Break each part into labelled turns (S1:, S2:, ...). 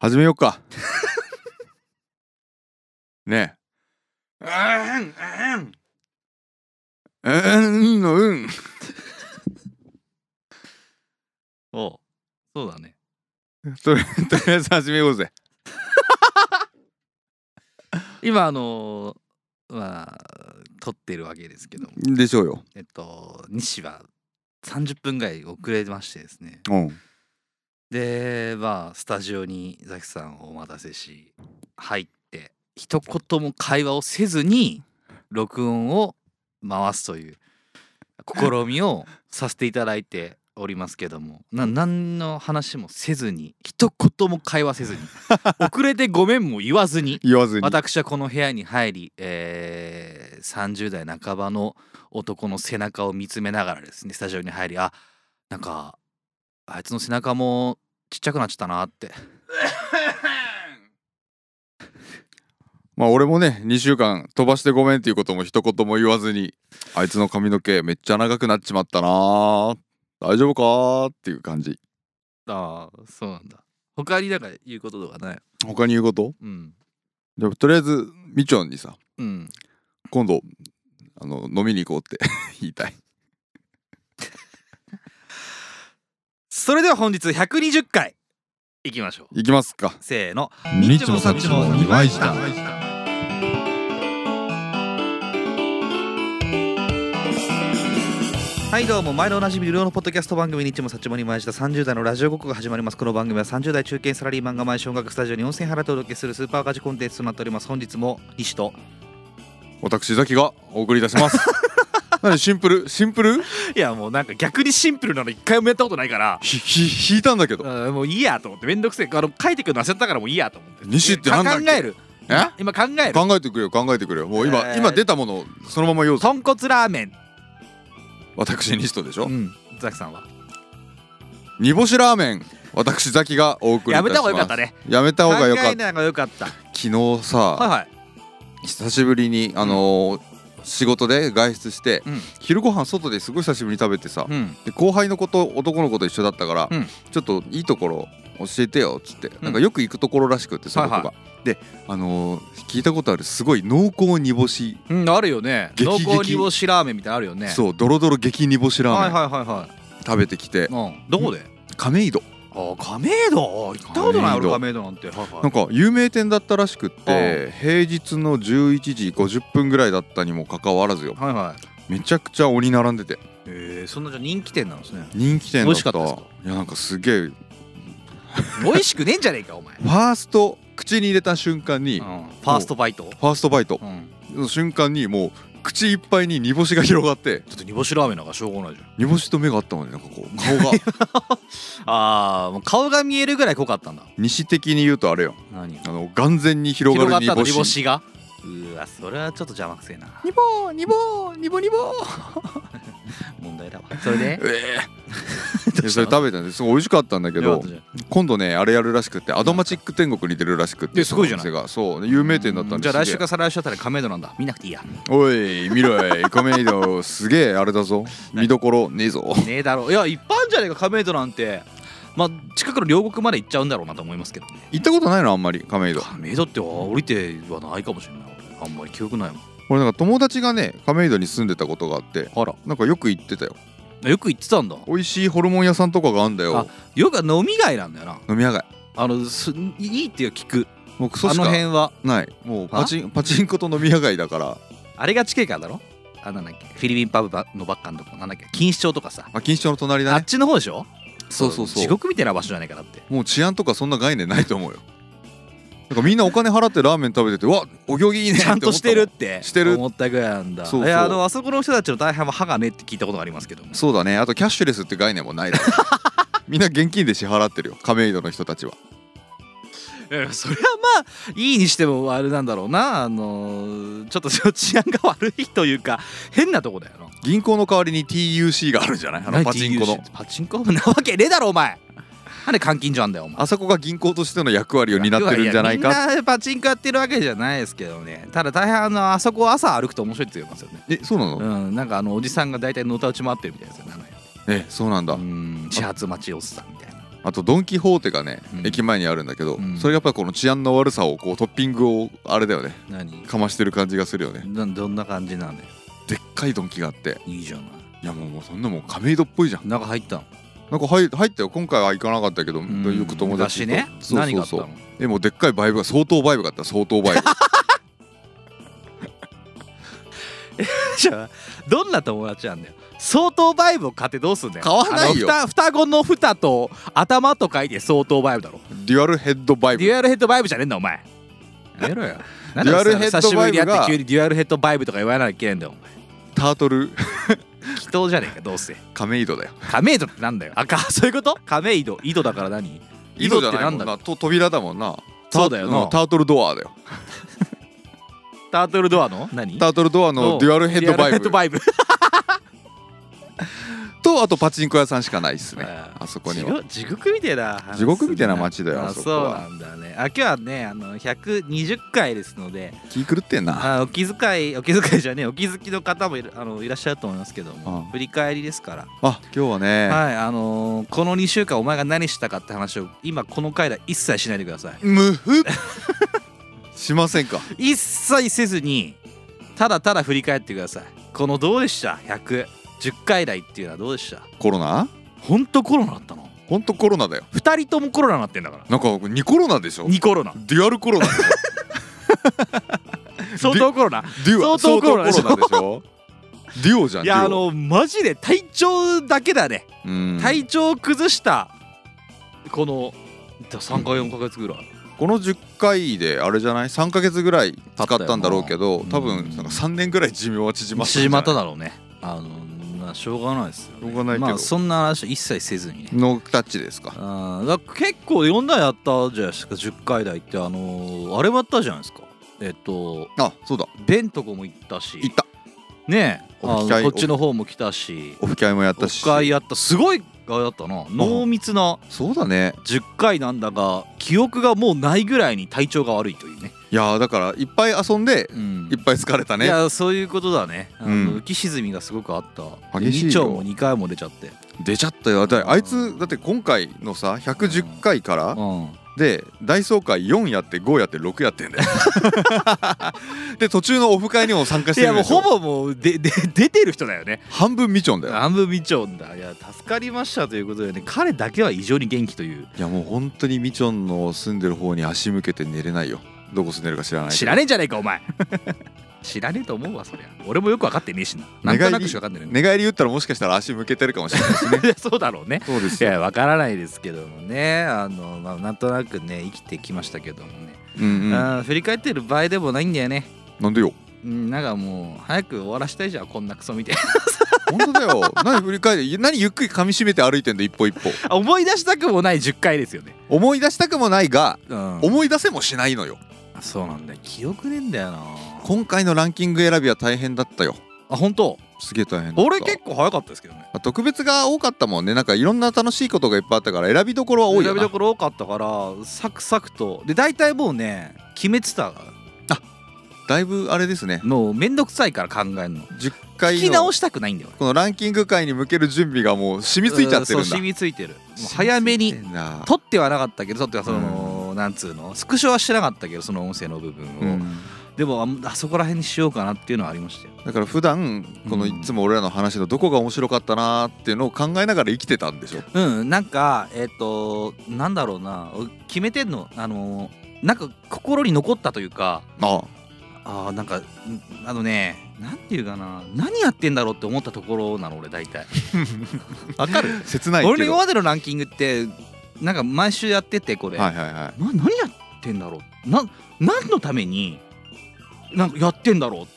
S1: 始めようか ねえうんうんのうん
S2: おうそうだね。
S1: とりとりあえず始めようぜ
S2: 今あのーまあ撮ってるわけですけども、
S1: でしょうよ
S2: えっと西は30分ぐらい遅れましてですね。
S1: うん
S2: でまあスタジオにザキさんをお待たせし入って一言も会話をせずに録音を回すという試みをさせていただいておりますけどもな何の話もせずに一言も会話せずに遅れてごめんも言わずに
S1: 言わずに
S2: 私はこの部屋に入り、えー30代半ばの男の背中を見つめながらですねスタジオに入りあなんかあいつの背中もちっちゃくなっちゃったなって
S1: まあ俺もね2週間飛ばしてごめんっていうことも一言も言わずにあいつの髪の毛めっちゃ長くなっちまったなー大丈夫かーっていう感じ
S2: ああそうなんだ他になんか言うこととかない
S1: 他に言うこと
S2: うん
S1: じゃあとりあえずみちょんにさ
S2: うん
S1: 今度あの飲みに行こうって 言いたい
S2: それでは本日120回いきましょう
S1: 行きますか
S2: せーの
S3: みっちもさっちも二枚舌
S2: はいどうも毎度おなじみ無料のポッドキャスト番組にいちもさちもにまいした30代のラジオごっこが始まりますこの番組は30代中堅サラリーマンが毎週音楽スタジオに温泉払ってお届けするスーパーガチコンテンツとなっております本日も西と
S1: 私ザキがお送りいたし ます何シンプルシンプル
S2: いやもうなんか逆にシンプルなの一回もやったことないから
S1: ひひ引いたんだけど
S2: うんもういいやと思ってめんどくせえあの書いてくるの焦ったからもういいやと思って
S1: 西ってなんだっけ
S2: か考える
S1: え
S2: 今考える
S1: 考えてくれよ考えてくれよもう今、
S2: えー
S1: 今出たものをそのまま言おうぞ
S2: 豚骨ラーメン
S1: 私ニストでしょ、
S2: うんザキさんは
S1: 煮干しラーメン私ザキがお送りい
S2: や
S1: た
S2: め
S1: したます
S2: 方がよかったね
S1: やめた方がよか
S2: 考
S1: っ
S2: え
S1: た
S2: ない方がよかった
S1: 昨日さ、
S2: はい
S1: 久しぶりにあのー仕事で外出して、
S2: うん
S1: 昼ご飯外ですごい久しぶりに食べてさ、
S2: はいうん
S1: で後輩の子と男の子と一緒だったから、
S2: うん
S1: ちょっといいところ教えてよっつって、なんか
S2: うん
S1: よく行くところらしくってその子が、
S2: はいは
S1: であのー聞いたことあるすごい濃厚煮干し、
S2: うんあるよね
S1: 激
S2: 濃
S1: 激
S2: 厚煮干しラーメンみたいなのあるよねう
S1: そうドロドロ激煮干しラーメ
S2: は
S1: ン、
S2: いはいはいはい
S1: 食べてきて
S2: うん、どこで、
S1: 亀戸
S2: あ亀戸行ったことない俺
S1: 亀
S2: 亀戸なんて、はいはい
S1: なんか有名店だったらしくって平日の11時50分ぐらいだったにもかかわらずよ
S2: はいはい
S1: めちゃくちゃ鬼並んでて
S2: えー、そんなじゃ人気店なんですね
S1: 人気店
S2: 美
S1: だっ
S2: 味したかったですか
S1: いやなんかすげえフ
S2: 美味しくねえんじゃねえかお前、うん、フ
S1: ァースト口に入れた瞬間に、フ
S2: ァーストバイト、
S1: ァーストバイト
S2: うん、
S1: の瞬間にもう口いっぱいに煮干しが広がって
S2: ちょっと煮干しラーメンなんかしょうがないじゃん
S1: 煮干しと目が合ったのになんかこう顔が
S2: あーもう顔が見えるぐらい濃かったんだ
S1: 西的に言うとあれよ
S2: 何
S1: あの眼前に広
S2: 広が
S1: が
S2: っ
S1: る煮
S2: たんだ
S1: 干
S2: 煮
S1: し
S2: 干しがうわそれはちょっと邪魔くせえな
S1: 煮ぼー煮ぼー煮ぼ煮ぼー
S2: 問題だわそれ
S1: え
S2: でど
S1: え
S2: う
S1: それ
S2: したの
S1: 食べたんですごい美味しかったんだけ
S2: よか
S1: ど
S2: ったじゃん
S1: 今度ねあれやるらしくてアドマチック天国に出るらしくって
S2: えすごいじゃない
S1: そのお店がそうね有名店だったん
S2: じ
S1: で
S2: ゃ
S1: す
S2: あ来週
S1: げえ
S2: か再来週あたり亀戸なんだ見なくていいやね
S1: おい見ろい亀戸すげえあれだ ぞ見どころねえぞ
S2: えだろういや一般じゃねえか亀戸なんてまあ近くの両国まで行っちゃうんだろうなと思いますけどね
S1: 行ったことないのあんまり亀戸
S2: 亀戸って降りてはないかもしれない俺あんまり記憶ないもん
S1: 俺なんか友達がね亀戸に住んでたことがあって
S2: あら
S1: なんかよく行ってたよ
S2: よく行ってたんだ
S1: 美味しいホルモン屋さんとかがあんだよ
S2: あよく飲み街なんだよな
S1: 飲み屋街
S2: あのすいいっていうか聞く
S1: もうクソ
S2: あ
S1: し
S2: の
S1: か
S2: 辺は
S1: ないもうパチンパチンコと飲み屋街だから
S2: あれが近いからだろあなんだっけフィリピンパブばのばっかのとこなんだっけ錦糸町とかさ、
S1: あ錦糸町の隣
S2: あ
S1: だ
S2: っ
S1: ね
S2: ちの方でしょ
S1: そうそうそう
S2: 地獄みたいな場所じゃないかだって
S1: もう治安とかそんな概念ないと思うよなんかみんなお金払ってラーメン食べててうわお行儀いいねって
S2: ちゃ
S1: 思っ
S2: ん
S1: たも
S2: と
S1: ん
S2: してるって
S1: してる
S2: 思ったぐらいなんだ
S1: そうそう
S2: いやあのあそこの人たちの大半は歯がねえって聞いたことがありますけども
S1: そうだねあとキャッシュレスって概念も ないだろみんな現金で支払ってるよ亀戸の人たちは、
S2: いやそれはまあいいにしてもあれなんだろうなあのーちょっとその治安が悪いというか変なとこだよな
S1: 銀行の代わりに TUC があるんじゃないあの
S2: 何
S1: パチンコの
S2: TUC パチンコなわけねえだろお前なんで監禁所あんだよお前
S1: あそこが銀行としての役割を担ってるんじゃないか
S2: やみんなパチンコやってるわけじゃないですけどねただ大変あのあそこ朝歩くと面白いって言いますよね
S1: えそうなの、
S2: うんなんかあのおじさんが大体のたうち回ってるみたいですよねあの辺
S1: えそうなんだ、
S2: うん始発待ちおっさんみたいな
S1: あとドン・キホーテがね、
S2: うん
S1: 駅前にあるんだけど、
S2: うん
S1: それがやっぱりこの治安の悪さをこうトッピングをあれだよね
S2: 何
S1: かましてる感じがするよね
S2: などんな感じなのよ
S1: でっかいドンキがあって
S2: いいじゃない
S1: いやもうもうそんなもう亀戸っぽいじゃん
S2: 中入ったの
S1: なんか入入ったよ今回は行かなかったけど、
S2: うん
S1: よく友達と
S2: 昔ね
S1: そう
S2: 何
S1: そう
S2: があった
S1: そ
S2: の
S1: うでもうでっかいバイブが相当バイブがあった相当 バイブ
S2: じゃあどんな友達なんだよ相当バイブを買ってどうすんだよ
S1: 買わないよ
S2: あのふた双子の蓋と頭と書いて相当バイブだろ
S1: デュアルヘッドバイ
S2: デ
S1: ブ
S2: ュアルヘッドバイブじゃねえんだお前やめろ よなんで
S1: デュアルヘッド
S2: 久しぶりに
S1: バイブが
S2: 会って 急にデュアルヘッドバイブとか言わなきゃいけないんだよお前
S1: タートル
S2: 祈祷じゃねえかどうせ
S1: 亀戸だよ
S2: 亀戸ってなんだよあかそういうこと亀戸井戸だから何井戸っ
S1: じ
S2: て
S1: ゃないもん
S2: なんだ
S1: なと扉だもんな
S2: そうだよ
S1: ター
S2: な
S1: タートルドアだよ
S2: タートルドアの何
S1: タートルドアのデュアルヘッドバイ
S2: デュアルヘ
S1: ブ
S2: ッド バイブ
S1: とあとパチンコ屋さんしかないっすね
S2: あー
S1: あそこには
S2: 地獄地獄みたいな話
S1: 地獄みたいな街だよあ
S2: あそ
S1: そ
S2: こ
S1: こ
S2: は
S1: は
S2: そうなんだねあ今日はねあの120回ですので
S1: 気狂ってんな
S2: あお気遣いお気遣いじゃねえお気づきの方もいるあのいらっしゃると思いますけども
S1: ああ
S2: 振り返りですから
S1: あ今日はね、
S2: はいあのーこの2週間お前が何したかって話を今この回では一切しないでください
S1: むふしませんか
S2: 一切せずにただただ振り返ってくださいこのどうでした110回台っていうのはどうでした
S1: コロナ
S2: ほんとコロナだったの
S1: ほんとコロナだよ
S2: 2人ともコロナになってんだから
S1: なんかニコロナでしょ
S2: 2コロナ
S1: デュアルコロナでしょ
S2: 相当コロナ
S1: デュアル
S2: 相当コロナでしょ
S1: 相当コロナでしょデュオじゃん
S2: いやあ
S1: デュオ
S2: のマジで体調だけだね、
S1: うん
S2: 体調を崩したこの3か4か月ぐらい
S1: この10回であれじゃない3か月ぐらい使ったんだろうけど
S2: 経った
S1: 多
S2: よな
S1: 分なんか3年ぐらい寿命は縮まったんじ
S2: 縮
S1: ゃな
S2: ま
S1: い
S2: っただろうねあのまあしょうがないですよ、ね、
S1: しょうがないけど
S2: まあそんな話は一切せずにね
S1: のタッチですか
S2: あーだから結構4台やったじゃないですか10回台ってあのーあれもやったじゃないですかえっと
S1: あそうだ
S2: ベンとこも行ったし
S1: 行った
S2: ねえあ
S1: オフ
S2: の
S1: 会
S2: こっちの方も来たし
S1: オフ会もやったし
S2: 1回やったすごいあれだったな濃密な
S1: そうだね
S2: 10回なんだが記憶がもうないぐらいに体調が悪いというね、
S1: いやーだからいっぱい遊んで
S2: うん
S1: いっぱい疲れた
S2: い
S1: ね
S2: やそういうことだねあの、
S1: うん
S2: 浮き沈みがすごくあった
S1: 激しいよ
S2: 2丁も2回も出ちゃって、
S1: 出ちゃったよだってあいつだって今回のさ110回から
S2: うん
S1: で大総会4やって5やって6やってん だよで途中のオフ会にも参加し
S2: い
S1: て
S2: や
S1: るん
S2: もう
S1: でし
S2: ほ
S1: ょ
S2: ぼもうでで出てる人だよね
S1: 半分みちょんだよ
S2: 半分見ちゃうんだいや助かりましたということでね彼だけは異常に元気という
S1: いやもう本当にみちょんの住んでる方に足向けて寝れないよどこ住んでるか知らないけど
S2: 知らねえじゃねえかお前 知らねえと思うわそりゃ俺もよく分かってねえしなな
S1: 寝
S2: んと
S1: 返り
S2: なくしか分かんないね
S1: 寝返り打ったらもしかしたら足向けてるかもしれないしね
S2: いや そうだろうね
S1: そうです
S2: いや分からないですけどもねあの、まあ、なんとなくね生きてきましたけどもね
S1: うんうん
S2: あー振り返ってる場合でもないんだよね。
S1: なんでよ
S2: うん、なんかもう早く終わらしたいじゃんこんなクソみたい
S1: 本当だよ何振り返り何ゆっくり噛み締めて歩いてんだ一歩一歩
S2: な 思い出したくもない10回ですよね、
S1: 思い出したくもないが
S2: うん
S1: 思い出せもしないのよ
S2: そうなんだよ記憶ねえんだよな
S1: 今回のランキング選びは大変だったよ
S2: あ本当
S1: すげえ大変だった
S2: 俺結構早かったですけどね
S1: まあ特別が多かったもんねなんかいろんな楽しいことがいっぱいあったから選びどころは多いよ
S2: 選び
S1: な
S2: どころ多かったからサクサクとで大体もうね決めてたか
S1: だいぶあれですね
S2: らもうめんどくさいから考えるの
S1: 10
S2: 聞
S1: 回
S2: き
S1: の
S2: 直したくないんだよ
S1: このランキング会に向ける準備がもう染みついちゃってるん
S2: う
S1: だ
S2: そう染みついてるもう早めに
S1: 染みついてんだ
S2: 撮ってはなかったけど撮ってはその、なんつうのスクショはしてなかったけどその音声の部分を、
S1: うん
S2: でもああそこら辺にしようかなっていうのはありましたよ
S1: だから普段こ
S2: う
S1: の
S2: ん
S1: いつも俺らの話のどこが面白かったなーっていうのを考えながら生きてたんでしょ
S2: うんなんかえっ、となんだろうな決めてんのあのなんか心に残ったというか
S1: ああ
S2: あーなんかんあのねなんていうかな何やってんだろうって思ったところなの俺大体
S1: わかる 切ない
S2: 俺
S1: け
S2: の今
S1: ど
S2: までのランキングってなんか毎週やっててこれ、
S1: はいはいはい
S2: な何やってんだろうな何のためになんかやってんだろ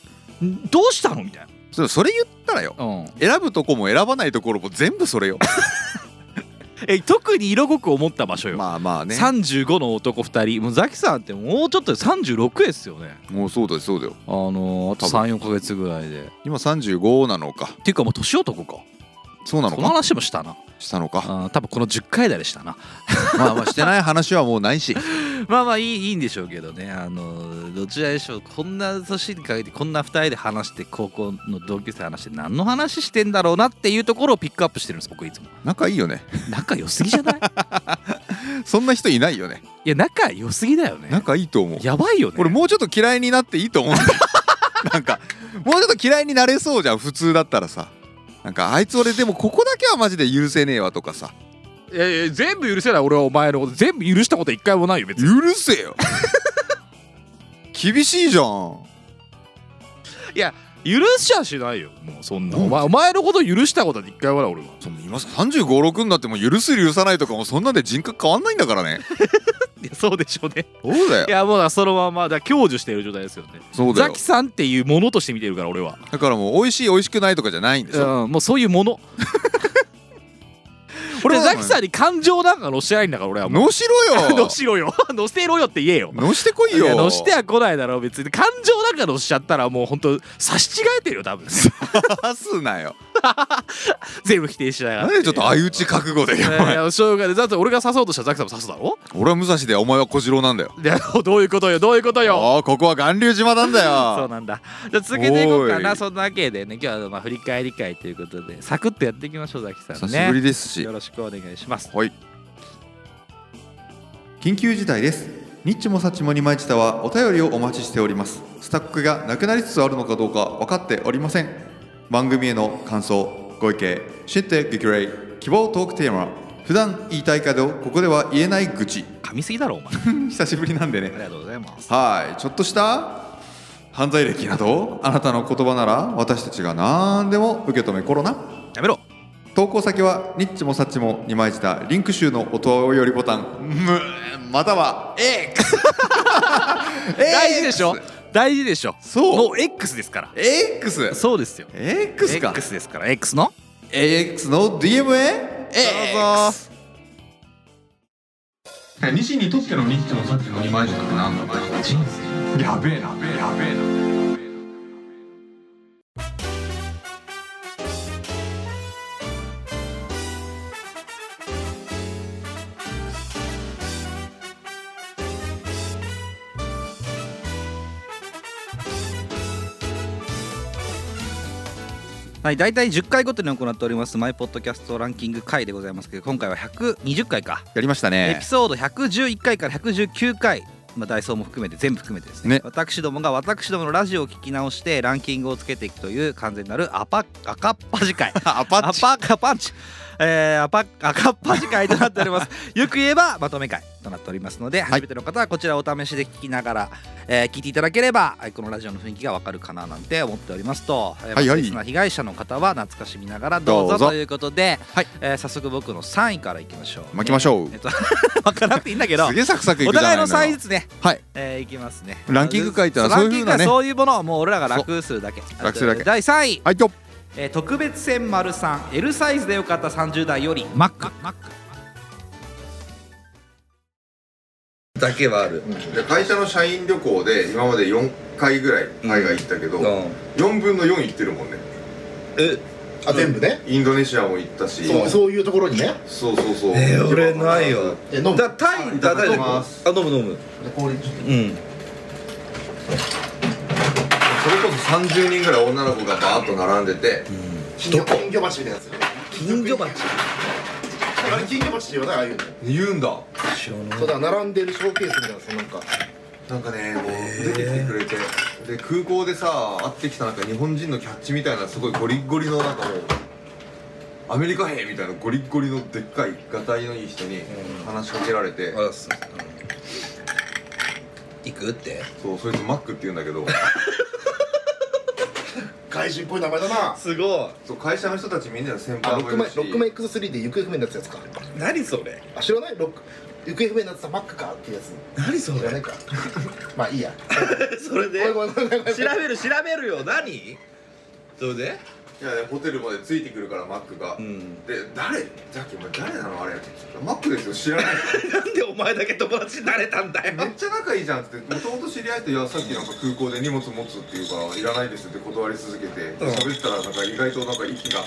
S2: うんどうしたのみたい
S1: それそれ言ったらよ
S2: な、うん、
S1: 選ぶとこも選ばないところも全部それ よ
S2: え特に色濃く思った場所よ、
S1: まあまあね
S2: 35の男2人もうザキさんってもうちょっとで36ですよね
S1: もうそうだよそうだよ
S2: あのー、あと
S1: 多分
S2: 34か月ぐらいでっ
S1: 今35なのか
S2: ていうかもう年男か
S1: そうなの
S2: この
S1: か
S2: 話もしたな
S1: したのか
S2: あー多分この10回台でしたな
S1: まあまあしてない話はもうないし
S2: まあまあいいいいんでしょうけどねあのーどちらでしょうこんな年にかけてこんな2人で話して高校の同級生話して何の話してんだろうなっていうところをピックアップしてるんです僕いつも
S1: 仲いいよね
S2: 仲良すぎじゃない
S4: そんな人いないよね
S2: いや仲良すぎだよね
S4: 仲いいと思う
S2: やばいよね
S4: 俺もうちょっと嫌いになっていいと思うんだよ なんかもうちょっと嫌いになれそうじゃん普通だったらさなんかあいつ俺でもここだけはマジで許せねえわとかさ
S5: いやいや全部許せない俺はお前のこと全部許したこと一回もないよ別に
S4: 許せよ厳しいじゃん
S5: 許しゃしないよもうそんなお前お前のこと許したことは一回もない俺は
S4: そんな今3 5 6になっても許す許さないとかもそんなんで人格変わんないんだからね
S2: いやそうでしょうね
S4: そうだよ
S5: いやもうだからそのままだから享受している状態ですよね
S4: そうだ
S5: ザ
S4: よ
S5: キさんっていうものとして見てるから俺は
S4: だからもう美味しい美味しくないとかじゃないんでしょ、
S5: うんもうそういうも の俺
S4: は
S5: ザキさんに感情なんか乗せないんだから俺はもう
S4: のし ろよ
S5: 乗しろよ乗せろよって言えよ
S4: のしてこい
S5: いや
S4: よ
S5: 乗しては来ないだろ別に感情なんか乗しちゃったらもうほんと差し違えてるよ多分
S4: 出 すなよ
S5: 全部否定し ながら
S4: なんでちょっと相打ち覚悟でよ
S5: い
S4: お前
S5: やいやしょうがないだって俺が刺そうとしたらザキさんも刺すだろ
S4: 俺は武蔵でお前は小次郎なんだよ
S5: い やどういうことよどういうことよ
S4: ああここは巌流島なんだ
S2: そう
S4: よ
S2: なんだじゃあ続けていこうか
S4: お
S2: ないそんなわけでね今日はまあ振り返り会ということでサクッとやっていきましょうザキさんね
S4: 久しぶりですし
S2: よろしくお願いします
S4: はい
S1: 緊急事態ですニッチもサッチも二枚舌はお便りをお待ちしておりますスタックがなくなりつつあるのかどうか分かっておりません番組への感想ご意見知って激励希望トークテーマ普段言いたいけどここでは言えない愚痴
S2: 噛みすぎだろお前あ
S1: 久しぶりなんでね
S2: りがとうございます
S1: はいちょっとした犯罪歴などあなたの言葉なら私たちが何でも受け止めコロナ
S2: やめろ
S1: 投稿先はニッチもサッチも2枚舌リンク集のお問いりボタンむまたは X
S2: 大事でしょ
S1: X
S2: 大事でしょ
S1: そう
S2: もう X ですから
S1: X
S2: そうですよ
S1: X か
S2: X ですから X の
S1: X の DM へ
S2: どうぞ
S6: 西にとってのニッチもサッチの二枚舌ってなんだ人生やべえなやべえなやべえな
S2: はい、大体10回ごとに行っておりますマイポッドキャストランキング回でございますけど今回は120回か、
S4: やりました
S2: エ
S4: ね
S2: ピソード111回から119回、まあ、ダイソーも含めて全部含めてですね
S4: ね
S2: 私どもが私どものラジオを聞き直してランキングをつけていくという完全なるアパ 赤っ端 会
S4: アパッ
S2: ア
S4: チ
S2: パカパンチえー、アパ赤っ端会となっております よく言えばまとめ会となっておりますので、初めての方はこちらをお試しで聞きながら、えー聞いていただければはいこのラジオの雰囲気がわかるかななんて思っておりますと、えー
S4: はいはい
S2: リスナー被害者の方は懐かしみながらどう
S4: ど
S2: ぞ
S4: うぞ
S2: ということで、
S4: はい
S2: えー早速僕の3位からいきましょう
S4: 巻きましょう
S2: えっと 分からなくていいんだけど
S4: すげえサクサクい
S2: お
S4: くじゃな
S2: 互
S4: い
S2: いの3位ず
S4: の
S2: つね、
S4: はい
S2: えーいきますね
S4: ランキング書いたら
S2: ラ
S4: そう
S2: ン
S4: い
S2: キ
S4: う
S2: ン
S4: 風な
S2: グは
S4: ね
S2: そういうものはもう俺らが楽するだけ
S4: 楽するだけ
S2: 第3位、
S4: はいよ
S2: えー特別船丸さん L サイズでよかった30代よりマックマック
S1: だけはあるで会社の社員旅行で今まで4回ぐらい海外行ったけど、4分の4行ってるもんね
S7: あ全部ね、
S1: インドネシアも行ったし
S7: そうそういうところにね
S1: そうそうそう
S8: えー俺ないよ
S7: え飲む
S8: だタイだタイであ飲む飲む
S7: 氷ちょっと
S8: うん
S1: それこそ30人ぐらい女の子がバーッと並んでて、
S7: 金魚金魚鉢みたいなやつ
S8: 金魚鉢
S7: あれ金魚鉢って言わないああいうの
S1: 言うんだ
S8: 知らない
S7: そうだ並んでるショーケースみたいなそのなんか
S1: なんかねもう出てきてくれてで空港でさ会ってきたなんか日本人のキャッチみたいなすごいゴリッゴリのなんかもうアメリカ兵みたいなゴリッゴリのでっかいがたいのいい人に話しかけられて、
S8: あらす行くって
S1: そうそいつマックって言うんだけど
S7: 外人っぽい名前だな
S8: すご
S1: そう会社の人たちみんなで先
S7: あロ
S1: 輩
S7: ック
S1: もい
S7: マ
S1: る
S7: イ
S1: し
S7: ロックマイ X3 で行方不明になってたやつか
S8: い何それ
S7: あ知らないロック行方不明になってたマックかっていうやつ
S8: 何そ
S7: 知らないかまあいいや
S8: それで
S7: ごめんごめんごめんごめん
S8: 調べる調べるよ何それで
S1: いやねホテルまでついてくるからマックが、
S8: ん
S1: で誰ザキお前誰なのあれマックですよ知ら ない
S8: なんでお前だけ友達になれたんだよ
S1: めっちゃ仲いいじゃんっつってもともと知り合いと「いやさっきなんか空港で荷物持つ」っていうから「いらないです」って断り続けて
S8: ん
S1: 喋ったらなんか意外となんか息が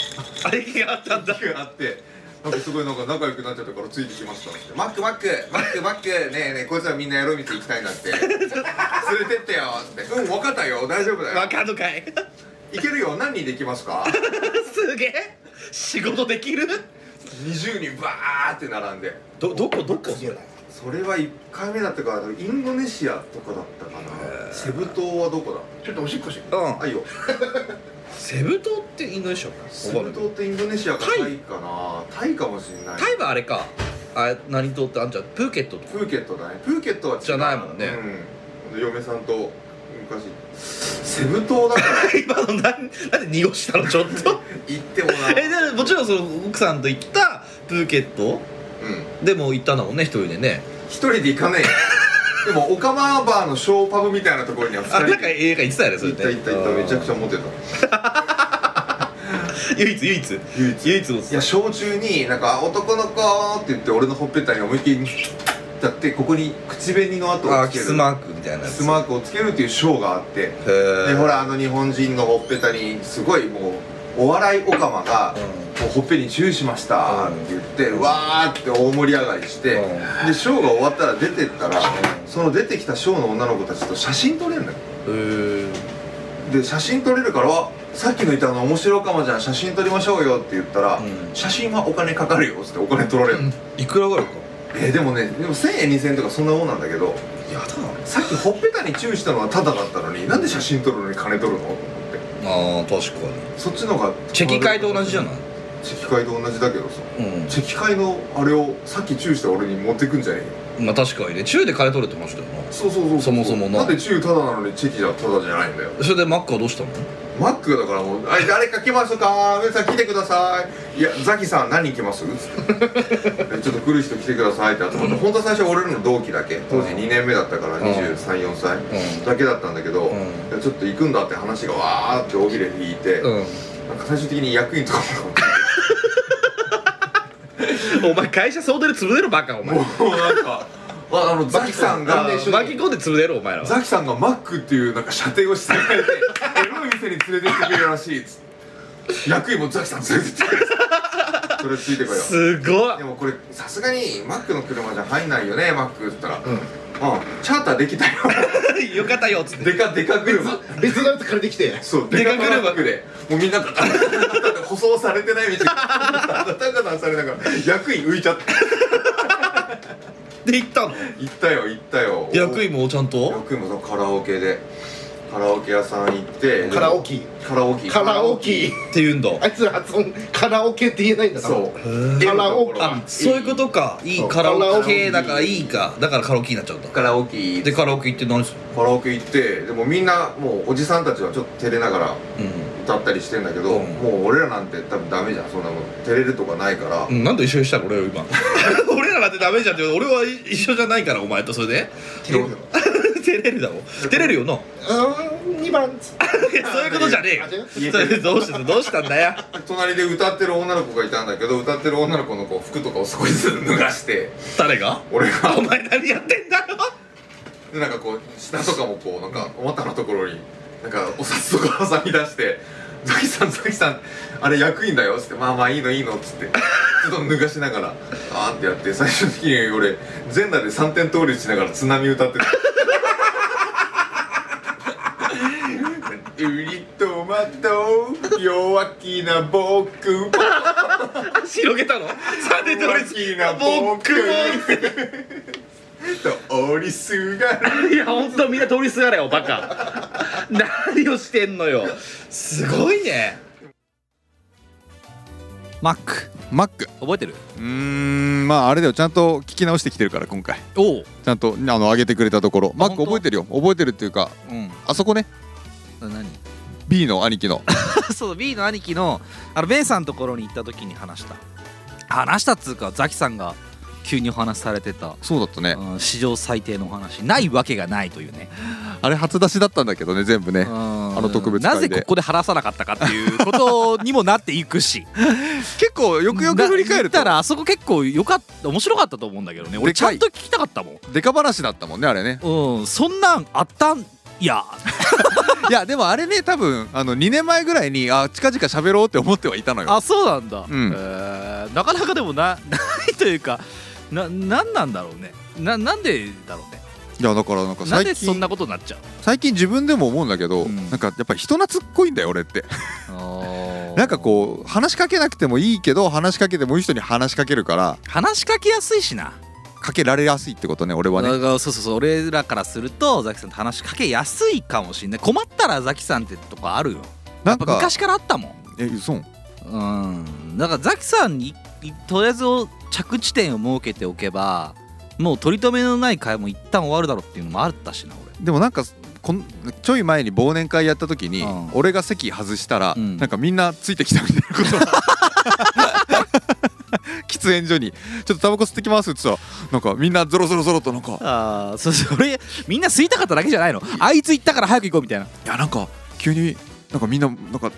S8: あれがあった んだ
S1: 息があってなんかすごいなんか仲良くなっちゃったからついてきましたって「マックマックマックマックねえねえこいつらみんなエロ店行きたいん だって連れてってよ」って「うん分かったよ大丈夫だ
S8: わ
S1: よ
S8: かんのかい
S1: 行けるよ何人で行きますか?」
S8: すげえ仕事できる
S1: 20人バーって並んで
S8: どどこどこ
S7: すげえな
S1: それは1回目だったからインドネシアとかだったかなセブ島はどこだ
S7: ちょっとおしっこしてくる
S9: うん
S1: あいいよ
S9: セブ島ってインドネシアかな
S1: セブ島ってインドネシアかタイかなタイかもしれない
S9: タイはあれかあ何島ってあんじゃんプーケットとか
S1: プーケットだねプーケットは違う
S9: じゃないもんね
S1: うん、嫁さんと昔セブ島だから
S9: 今の何なんで濁したのちょっと
S1: 行ってもな
S9: えでもちろんその奥さんと行ったプーケット
S1: うん
S9: でも行ったんだもんね一人でね
S1: 一人で行かね えよでもオカマーバーのショーパブみたいなところには
S9: あ
S1: 二
S9: な
S1: 人
S9: んか
S1: で
S9: 映画行ってたよねそれ
S1: 行っ
S9: ね
S1: た行った行っためちゃくちゃモテた
S9: ゃ唯一唯一
S1: 唯一
S9: 唯一の
S1: いや小中になんか「男の子」って言って俺のほっぺたに思いっきりだってここに口紅の跡
S9: あ
S1: を
S9: ー
S1: つけ
S9: キ
S1: る
S9: スマークみたいな
S1: キ
S9: やつ
S1: スマークをつけるっていうショーがあってで
S9: へえ
S1: ほらあの日本人のほっぺたにすごいもうお笑いオカマが「もうほっぺにチューしました」って言ってわーって大盛り上がりしてでショーが終わったら出てったらその出てきたショーの女の子たちと写真撮れるのよ
S9: うんへえ
S1: で写真撮れるからあ「さっきのいたの面白いかもじゃん写真撮りましょうよ」って言ったら「
S9: うん
S1: 写真はお金かかるよ」っつってお金取られるの、
S9: いくらぐらいか
S1: えーでもねでも1000円2000円とかそんなもんなんだけど
S9: やだ
S1: さっきほっぺたにチューしたのはタダだったのになんで写真撮るのに金取るのと思って
S9: なあー確かに
S1: そっちの方が
S9: チェキ会と同じじゃないい
S1: チェキ会と同じだけどさ
S9: う
S1: チェキ会のあれをさっきチューした俺に持ってくんじゃねえよ
S9: んまあ確かにね中で金取れてましたよな
S1: そうそうそうう
S9: そもそもな
S1: なんでチュータダなのにチェキじゃタダじゃないんだよ
S9: それでマックはどうしたの
S1: マックだからもう「あ誰か来ますか上さん来てください」「いやザキさん何来 ます?」つってちょっと来る人来てください」って集まって本当は最初俺らの同期だけ当時2年目だったから234歳だけだったんだけど、いやちょっと行くんだって話がわーって尾びれ引いて、
S9: うん
S1: なんか最終的に役員とか
S9: お前会社総出で潰れるバカお前
S1: ももうなんかああのザキさんが
S9: 巻き込んで潰れるお前らは
S1: ザキさんがマックっていうなんか射程を従えてエロい店に連れてってくれるらしいっつって役員もザキさん連れてってく れるそれついてこいよ
S9: すごい
S1: でもこれさすがにマックの車じゃ入んないよねマックっつったら「うん、チャーターできたよ
S9: よかったよっつって
S1: でかでか車」
S7: 別のやつ借りてきて
S1: そう
S9: で
S1: で
S9: か
S1: か
S9: 車
S1: 車ックでもうみんなが舗装されてない道がタカタンされながら役員浮いちゃって
S9: で行ったの
S1: 行ったよ行ったよ
S9: 役員もちゃんと
S1: 役員もそのカラオケでカラオケ屋さん行って
S7: カラオケ
S1: カラオケ
S7: カラオケ
S9: って言うんだ
S7: あいつら発音カラオケって言えないんだ
S1: そう
S7: カラオケ
S9: あそういうことかい
S7: そ
S9: いうカラ
S7: カラ
S9: オ
S7: オ
S9: ケ
S7: ケ
S9: だからいいかだからカラオケになっちゃうんだ
S1: カラオケ行っ
S9: で
S1: て
S9: カラオケ行って何する
S1: カラオケ行ってでもみんなもうおじさんたちはちょっと照れながら歌ったりしてんだけど、
S9: うん
S1: もう俺らなんて多分ダメじゃんそんなもん照れるとかないから、
S9: うんなんで一緒にしたの俺は今 俺らなんてダメじゃんって俺は一緒じゃないからお前とそれで
S7: テレビの
S9: 照れるだろ 照れるよな
S7: うーん2番つ
S9: いやそういうことじゃねえよ
S7: あ違う
S9: それでどうしたどうしたんだよ
S1: 隣で歌ってる女の子がいたんだけど歌ってる女の子のこう服とかを少しずつ脱がして
S9: 誰が
S1: 俺が
S9: お前何やってんだろ
S1: でなんかこう下とかもこうなんかお股のところになんかお札とか挟み出して「ザキさんザキさんあれ役員だよ」っつって「まあまあいいのいいの」っつってちょっと脱がしながらあーってやって最終的に俺全裸で3点倒立しながら津波歌ってた。うりとまと弱気な僕
S9: 広げたのサンデート
S1: 弱
S9: リス
S1: 気な僕
S9: 僕
S1: と折りすがる
S9: いや本当みんな通りすがれよバカ 何をしてんのよすごいね
S2: マック
S10: マック
S2: 覚えてる
S10: うーんまああれだよちゃんと聞き直してきてるから今回
S2: おお
S10: ちゃんとあの上げてくれたところマック
S2: 本当
S10: 覚えてるよ覚えてるっていうか
S2: うん
S10: あそこね
S2: 何
S10: B の兄貴の
S2: そう B の兄貴のあのベンさんのところに行った時に話した話したっつうかザキさんが急にお話しされてた、
S10: そうだったね
S2: うん、史上最低のお話ないわけがないというね
S10: あれ初出しだったんだけどね全部ね
S2: あ
S10: の特別会
S2: な
S10: で
S2: ぜここで話さなかったかっていうことにもなっていくし
S10: 結構よくよく振り返る
S2: だ言
S10: と
S2: ったらあそこ結構よかった面白かったと思うんだけどね
S10: で
S2: 俺ちゃ
S10: かい
S2: んと聞きたかったも
S10: デカ話だったもんねあれ ね
S2: んうんそんなんあったん や
S10: いやでもあれね多分あの2年前ぐらいにあ近々喋ろうって思ってはいたのよ
S2: あそうなんだ、
S10: うん
S2: えーなかなかでもな ないというかななんなんだろうねななんでだろうね
S10: いやだからなんか
S2: なん
S10: 最
S2: でそん
S10: 近
S2: なことになっちゃう
S10: 最近自分でも思うんだけど、
S2: うん
S10: なんかやっぱり人懐っこいんだよ俺ってなんかこう話しかけなくてもいいけど話しかけてもいい人に話しかけるから
S2: う話しかけやすいしな
S1: かけられやすいってことね俺は
S9: だ
S1: ね
S9: からそうそうそう俺らからするとザキさんと話しかけやすいかもしんない困ったらザキさんってとこあるよ
S1: な
S9: や
S1: ん
S9: っぱ
S1: か
S9: 昔からあったもん
S1: えそう
S9: うんだからザキさんにいとりあえずを着地点を設けておけばもう取り留めのない会も一旦終わるだろうっていうのもあったしな
S1: でもなんかこんちょい前に忘年会やった時に、
S9: うん
S1: 俺が席外したら、
S9: うん
S1: なんかみんなついてきたみたいなこと 喫煙所に「ちょっとタバコ吸ってきます」って言ってたらなんかみんなゾロゾロゾロとなんか
S9: 俺ああそうそれみんな吸いたかっただけじゃないのあいつ行ったから早く行こうみたい
S1: 「
S9: な
S1: いやなんか急になんかみんななんか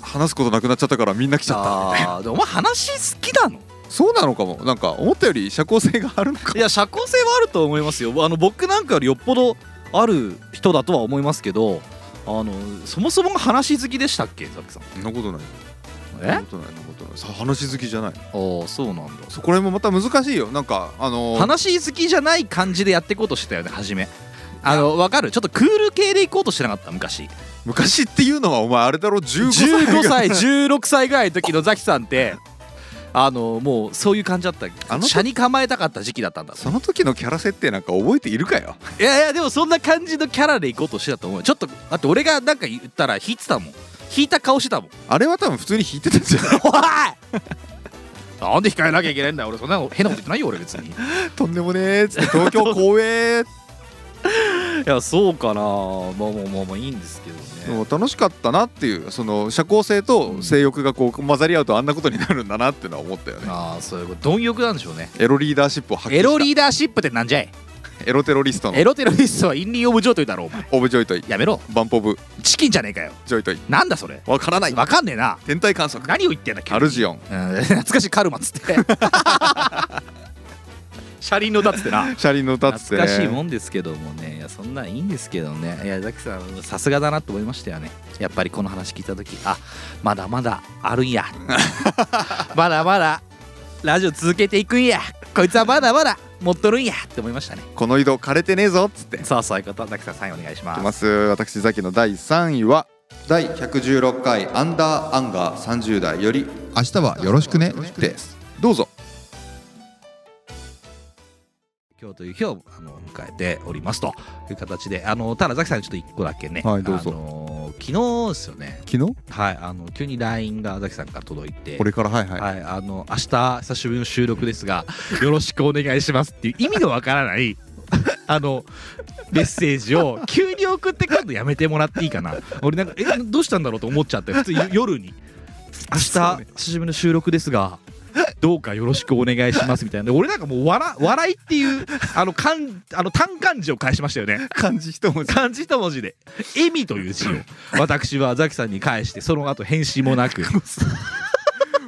S1: 話すことなくなっちゃったからみんな来ちゃった」みたいな
S9: あーでもお前話好きなの
S1: そうなのかもなんか思ったより社交性があるのか
S9: いや社交性はあると思いますよあの僕なんかよりよっぽどある人だとは思いますけどあのそもそもが話好きでしたっけザキさん
S1: そんなことないそんなことないそんなことないさ話好きじゃない
S9: ああそうなんだ
S1: そこら辺もまた難しいよなんかあのー
S9: 話好きじゃない感じでやっていこうとしてたよね初めあのわかるちょっとクール系でいこうとしてなかった昔
S1: 昔っていうのはお前あれだろ15歳が
S2: 15歳16歳 ぐらいの時のザキさんって
S9: あのもうそういう感じだった
S1: あの時
S9: 車に構えたかった時期だったんだ
S1: その時のキャラ設定なんか覚えているかよ
S9: いやいやでもそんな感じのキャラでいこうとしてたと思うよちょっとだって俺がなんか言ったら引いてたもん引いた顔してたもん
S1: あれは多分普通に弾いてたん じゃない
S9: おい
S2: なんで控えなきゃいけないんだよ俺そんなの変なこと言ってないよ俺別 に
S1: とんでもねえっつって 東京光栄 っつっ
S9: いやそうかなまあまあまあまあいいんですけど
S1: て
S9: ね
S1: もう楽しかったなっていうその社交性と性欲がこう混ざり合うとあんなことになるんだなってのは思ったよね
S9: ああそういうこと貪欲なんでしょうね
S1: エロリーダーシップを発揮し
S2: エ
S1: た
S2: ロリーダーシップってなんじゃい
S1: エロテロリストの
S2: エロテロリストはインリー・オブ・ジョイトいだろお前
S1: オブジョイトイ
S2: やめろ
S1: バンポブ
S2: チキンじゃねえかよ
S1: ジョイトイ
S2: なんだそれ
S1: わからない
S2: わかんねえな
S1: 天体観測
S2: 何を言ってんだ急
S1: ア
S2: に
S1: ルジオン
S2: うん懐かしいカルマっつって 車輪の歌っつってな
S1: 車輪の歌っつって
S9: 懐かしいもんですけどもねいやそんなんいいんですけどねいやザキさんさすがだなと思いましたよねやっぱりこの話聞いた時あまだまだあるん やまだまだラジオ続けていくんやこいつはまだまだ持っとるんやって思いましたね
S1: この井戸枯れてねえぞっつって
S9: さあそういうことザキさんサインお願いしま
S1: い
S9: す
S1: ます私ザキの第3位は
S11: 第116回アンダーアンガー30代より明日はよろしくねです
S1: どうぞ
S9: 今日という日をあの迎えておりますという形であのただザキさんにちょっと一個だけね、
S1: はいどうぞ
S9: あの昨日ですよね
S1: 昨日
S9: はいあの急に LINE がザキさんから届いて
S1: これからはいはい、
S9: はい、あの明日久しぶりの収録ですが よろしくお願いしますっていう意味のわからない あのメッセージを急に送ってくるのやめてもらっていいかな俺なんかえどうしたんだろうと思っちゃって普通に夜に明日久しぶりの収録ですがどうかよろしくお願いしますみたいなで俺なんかもう笑笑いっていうあのかんあの単漢字を返しましたよね
S1: 漢字一文字
S9: 漢字一文字で「意味」という字を私はザキさんに返してその後返信もなく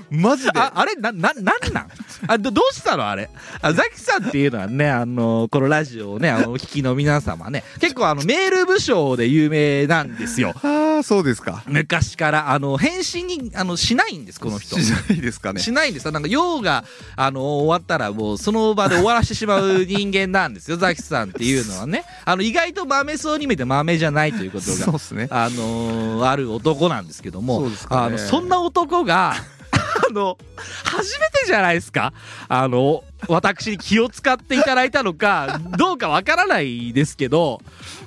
S1: マジで
S9: ああれなななんなんあどどうしたのあれあザキさんっていうのはねあのこのラジオをねあのお聞きの皆様ね結構あのメール武将で有名なんですよ
S1: ああそうですか
S9: 昔からあの返信にあのしないんですこの人
S1: しないですかね
S9: しないんですよなんか用があの終わったらもうその場で終わらしてし まう人間なんですよザキさんっていうのはねあの意外と豆そうに見えて豆じゃないということ
S1: そう
S9: が
S1: っすね
S9: あのーある男なんですけども
S1: そうですかね
S9: あのそんな 男があの初めてじゃないですかあの私に気を使っていただいたのかどうかわからないですけど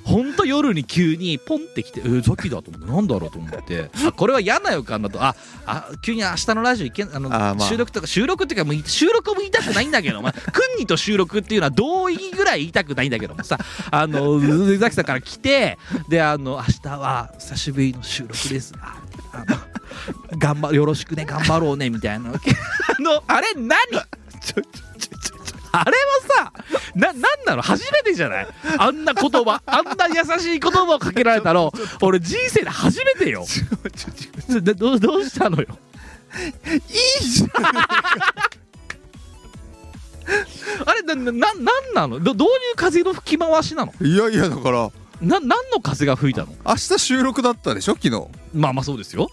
S9: ほんと夜に急にポンってきて「えー、ザキだ」と思ってなんだろうと思ってあこれは嫌な予感だとああ急に明日のラジオ行けんあの
S1: あーまあ
S9: 収録とか収録っていうかもう収録も言いたくないんだけどお前くんにと収録っていうのは同意ぐらい言いたくないんだけどもさあの宇崎さんから来てであの明日は久しぶりの収録ですああの頑張よろしくね頑張ろうねみたいなあのあれ何あれはさななんなの初めてじゃないあんな言葉あんな優しい言葉をかけられたの俺人生で初めてよどどどうしたのよいいじゃん あれななななんなのどどういう風の吹き回しなの
S1: いやいやだから
S9: な何の風が吹いたの
S1: 明日収録だったでしょ昨日明
S9: まあまあそうですよ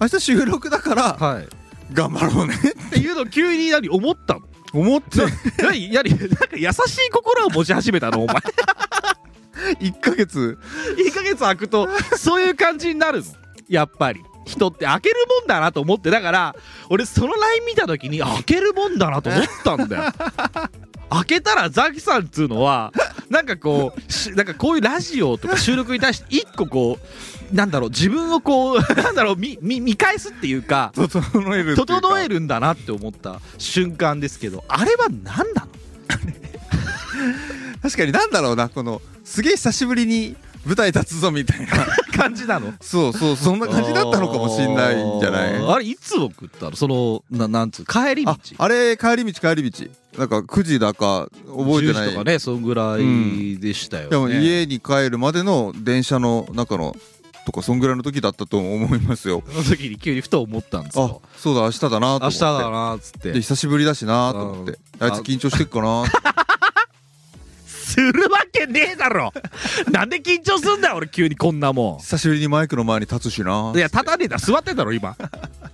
S1: 日収録だ から
S9: はいっ
S1: 頑張ろうね
S9: ていうのを急に何思ったの
S1: 思って
S9: 何何なんか優しい心を持ち始めたの お前
S1: 1ヶ月
S9: 1ヶ月空くとそういう感じになるのやっぱり人って開けるもんだな と思ってだから俺その LINE 見た時に開けるもんだなと思ったんだよ開けたらザキさんっつうのはなんかこうしなんかこういうラジオとか収録に対して一個こうなんだろう自分をこうなんだろう見見見返すっていうか
S1: 整えるっていうか
S9: 整えるんだなって思った瞬間ですけどあれは何なの
S1: 確かになんだろうなこのすげえ久しぶりに舞台立つぞみたい な
S9: 感じなの
S1: そうそうそんな感じだったのかもしんないんじゃない
S9: あれいつ送ったのそのななんつう帰り道
S1: ああれ帰り道帰り道なんか9時だか覚えてな
S9: 10時
S1: い
S9: とかねそんぐらいでしたよ
S1: でも
S9: ね、
S1: 家に帰るまでの電車の中のとかそんぐらいの時だったと思いますよ
S9: その時に急にふと思ったんです
S1: あ
S9: よ
S1: そうだ明日だなと思って
S9: 明日だなっつって
S1: で久しぶりだしなと思って
S9: うん
S1: あいつ緊張してっかなって
S9: するわけねえだろなんで緊張すんだよ俺急にこんなも
S1: 久しぶりにマイクの前に立つしなん
S9: いや立たねえだ座ってんだろ今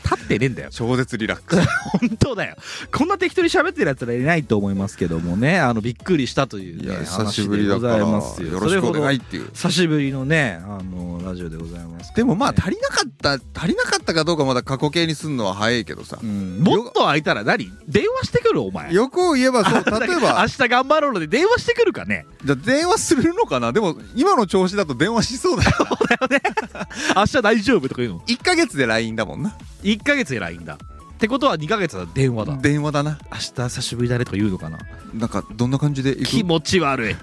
S9: 立ってねえんだ よ
S1: 超絶リラックス
S9: 本当だよこんな適当に喋ってるやつらいないと思いますけどもねあのびっくりしたという、
S1: い
S9: ね、
S1: や久し
S9: 話
S1: ぶ
S9: で
S1: りだ
S9: ご
S1: から
S9: ざい
S1: よ
S9: ますよ
S1: ろしくお願い
S9: い
S1: っていう
S9: 久しぶりのねあのラジオでございますけ
S1: で
S9: どね、
S1: もまあ足りなかった足りなかったかどうかまだ過去形にすんのは早いけどさ
S9: うんもっと空いたら何電話してくるお前
S1: 欲を言えばそう例えば
S9: 明日頑張ろうので電話してくるか ね
S1: じゃあ電話するのかなでも今の調子だと電話しそう だよな
S9: 明日大丈夫とか言うの
S1: 1ヶ月で LINE だもんな
S9: 1ヶ月で LINE だってことは2ヶ月は電話だ
S1: 電話だな
S9: 明日久しぶりだねとか言うのかな
S1: なんかどんな感じで
S9: 気
S1: 行く
S9: 持ち悪い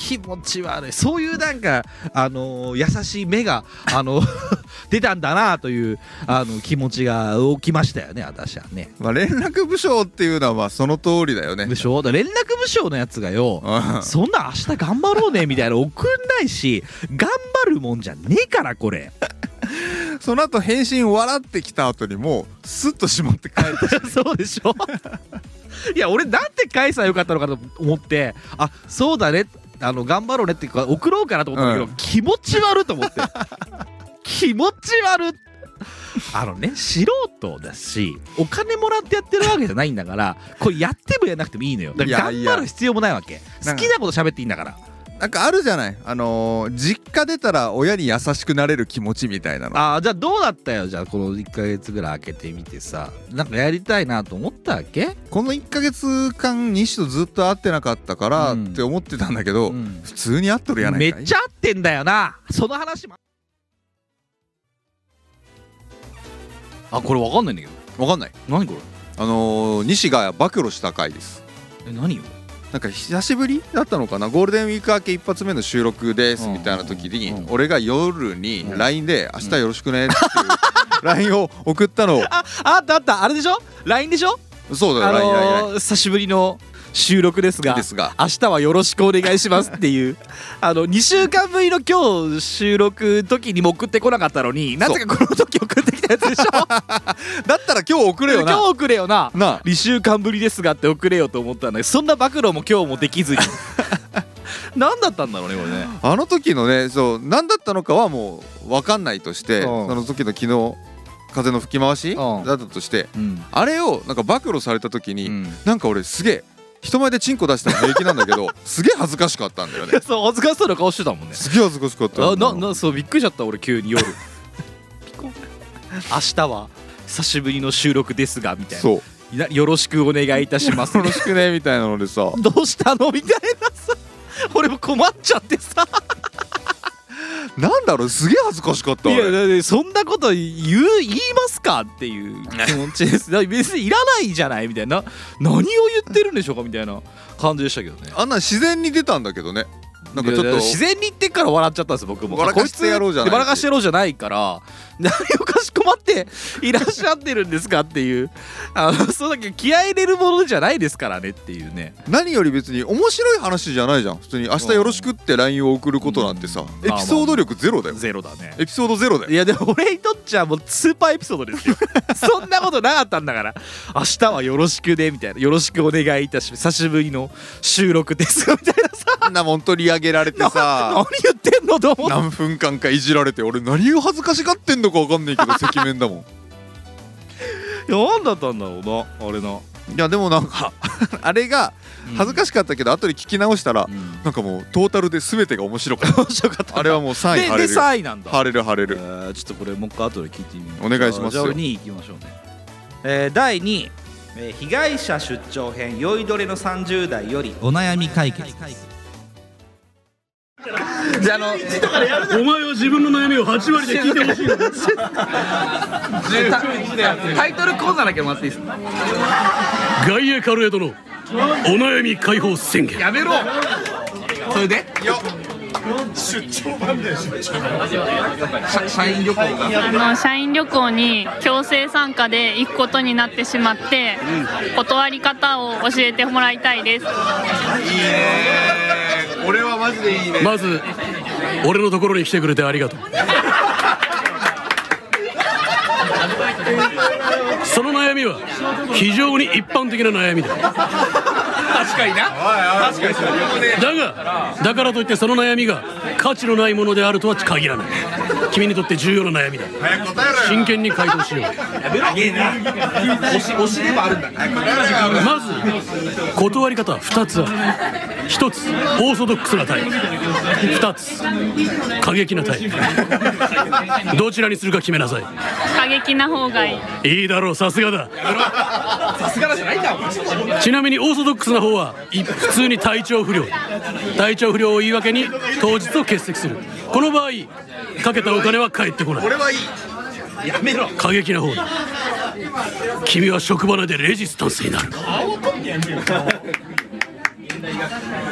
S9: 気持ち悪いそういうなんか、あのー優しい目が、あの 出たんだなという、あの気持ちが起きましたよね私はね
S1: まあ連絡部署っていうのはまあその通りだよね
S9: でしょだから連絡部署のやつがよ
S1: うん
S9: そんな明日頑張ろうねみたいなの送んないし頑張るもんじゃねえからこれ
S1: その後返信笑ってきた後にもうスッとしまって帰って
S9: そうでしょ いや俺なんて返せばよかったのかと思ってあそうだねあの頑張ろうねっていうか送ろうかなと思ったんだけど、
S1: う
S9: 気持ち悪いと思って気持ち悪いあのね素人だしお金もらってやってるわけじゃないんだからこれやってもやらなくてもいいのよだから
S1: いや
S9: 頑
S1: いや
S9: 張る必要もないわけ
S1: なん
S9: 好
S1: か
S9: きなこと喋っていいんだから
S1: なんかあるじゃないあのー実家出たら親に優しくなれる気持ちみたいなの
S9: あーじゃあどうだったよじゃあこの1ヶ月ぐらい開けてみてさなんかやりたいなと思ったわけ、
S1: この1ヶ月間西とずっと会ってなかったからっ
S9: うん
S1: て思ってたんだけど、
S9: うん
S1: 普通に会っとるやないか
S9: め
S1: い
S9: っちゃ合ってんだよなその話も
S2: あこれわかんないんだけど
S1: わかんない
S2: 何これ
S1: あのー西が暴露した回です
S2: え何よ
S1: なんか久しぶりだったのかなゴールデンウィーク明け一発目の収録です
S2: うん
S1: みたいな時に、
S2: うん
S1: 俺が夜に LINE で「明日よろしくね」っていう LINE を送ったの
S9: ああったあったあれでしょ LINE でしょ
S1: そうだ
S9: あ
S1: よ LINE
S9: のー久しぶりの収録ですが
S1: ですが
S9: 明日はよろしくお願いしますっていう あの2週間ぶりの今日収録時にも送ってこなかったのになぜかこの時送ってきたやつでしょ
S1: だったら今日送れよ
S9: 今日
S1: な
S9: 送れよな
S1: なあ
S9: 2週間ぶりですがって送れよと思ったんだけどそんな暴露も今日もできず に何だったんだろうねこれね
S1: あの時のねそう何だったのかはもう分かんないとして、
S2: うん
S1: その時の昨日風の吹き回し、
S2: うん
S1: だったとして
S2: うん
S1: あれをなんか暴露された時に、
S2: うん
S1: なんか俺すげえ人前でチンコ出したの平気なんだけ どすげえ恥ずかしかったんだよね
S9: そう恥ずかしそうな顔してたもんね
S1: すげえ恥ずかしかった
S9: あ
S1: よ
S9: ななそうびっくりしちゃった俺急に夜 ピコン明日は久しぶりの収録ですがみたい
S1: そう
S9: ななよろしくお願いいたします
S1: よろしくねみたいなのでさ
S9: どうしたのみたいなさ俺も困っちゃってさ
S1: なんだろうすげえ恥ずかしかっ
S9: い
S1: たあ
S9: や
S1: れ
S9: だってそんなこと言う言いますかっていう気持ちですだから別にいらないじゃないみたいな何を言ってるんでしょうかみたいな感じでしたけどね
S1: あんなん自然に出たんだけどねなんかちょっ
S9: いやいや
S1: と
S9: 自然に言ってっから笑っちゃったんです僕も
S1: 笑かしてやろうじゃないし
S9: こつ笑かしてやろうじゃないから何をかしこまっていらっしゃってるんですかっていうあのそうだけど気合い入れるものじゃないですからねっていうね
S1: 何より別に面白い話じゃないじゃん普通に「明日よろしく」って LINE を送ることなんてさ
S9: うん
S1: エピソード力ゼロだよ
S9: ゼロだね
S1: エピソードゼロだよ
S9: いやでも俺にとっちゃもうスーパーエピソード ですよそんなことなかったんだから明日はよろしくねみたいなよろしくお願いいたします久しぶりの収録ですみたいなさ
S1: あんなもん取り上げられて
S9: 何
S1: さ
S9: 言ってんのと思っ て
S1: 何分間かいじられて俺何を恥ずかしがってんのか分かんない けど赤面だも
S9: 何だったんだろうな俺の
S1: んいやでもなんか あれが恥ずかしかったけど後で聞き直したら
S9: うん
S1: なんかもうトータルで全てが面白かっ
S9: 面白かっ た
S1: たあれはもう3位
S9: で
S1: 晴
S9: で
S1: れる
S9: 3位なんだ
S1: 晴れる晴れ
S9: え
S1: る
S9: ーちょっとこれもう一回後で聞いてみよう
S1: お願いしますよ
S2: じゃあ2位いきましょうね、えー第2位、
S12: えー被害者出張編酔いどれの30代よりお悩み解決
S9: じゃああの
S13: お前は自分の悩みを8割で聞いてほしいの
S9: タイトルコーナーだけもらっていいですか
S13: 外遊カルエ殿お悩み解放宣言
S9: やめろそれでよ出張版で社員旅行が
S14: あの社員旅行に強制参加で行くことになってしまって、断り方を教えてもらいたいです
S15: 俺はマジでいいね
S13: まず俺のところに来てくれてありがとうその悩みは非常に一般的な悩みだ
S9: 確かにな確かに
S13: だがだからといってその悩みが価値のないものであるとは限らない君にとって重要な悩みだ
S15: 早く答えろよ
S13: 真剣に回答しよう
S9: 推し推しでもあるんだ
S15: 早く答えろよ
S13: まず断り方は2つある1つオーソドックスなタイプ2つ過激なタイプどちらにするか決めなさい
S14: 過激な方がいい
S13: いいだろうさすがだちなみにオーソドックスな方はい普通に体調不良体調不良を言い訳に当日を欠席するこの場合かけたお金は返ってこない俺はいいやめろ過激な方だ君は職場内でレジスタンスになる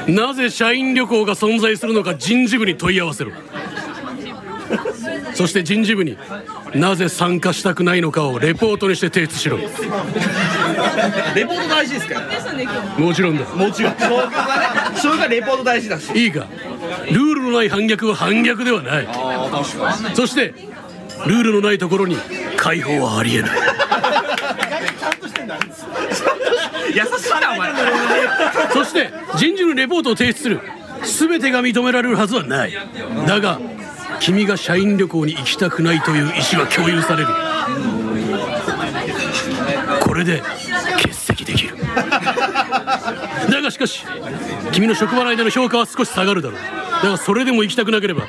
S13: なぜ社員旅行が存在するのか人事部に問い合わせろそして人事部になぜ参加したくないのかをレポートにして提出しろ
S9: レポート大事ですから
S13: もちろんだ
S9: もちろんそれがねそれがレポート大事だし
S13: いいかルールのない反逆は反逆ではないそしてルールのないところに解放はありえない
S9: 優しいな お前
S13: そして人事部にレポートを提出する全てが認められるはずはないだが君が社員旅行に行きたくないという意思は共有されるこれで欠席できる だがしかし君の職場内での評価は少し下がるだろうだがそれでも行きたくなければ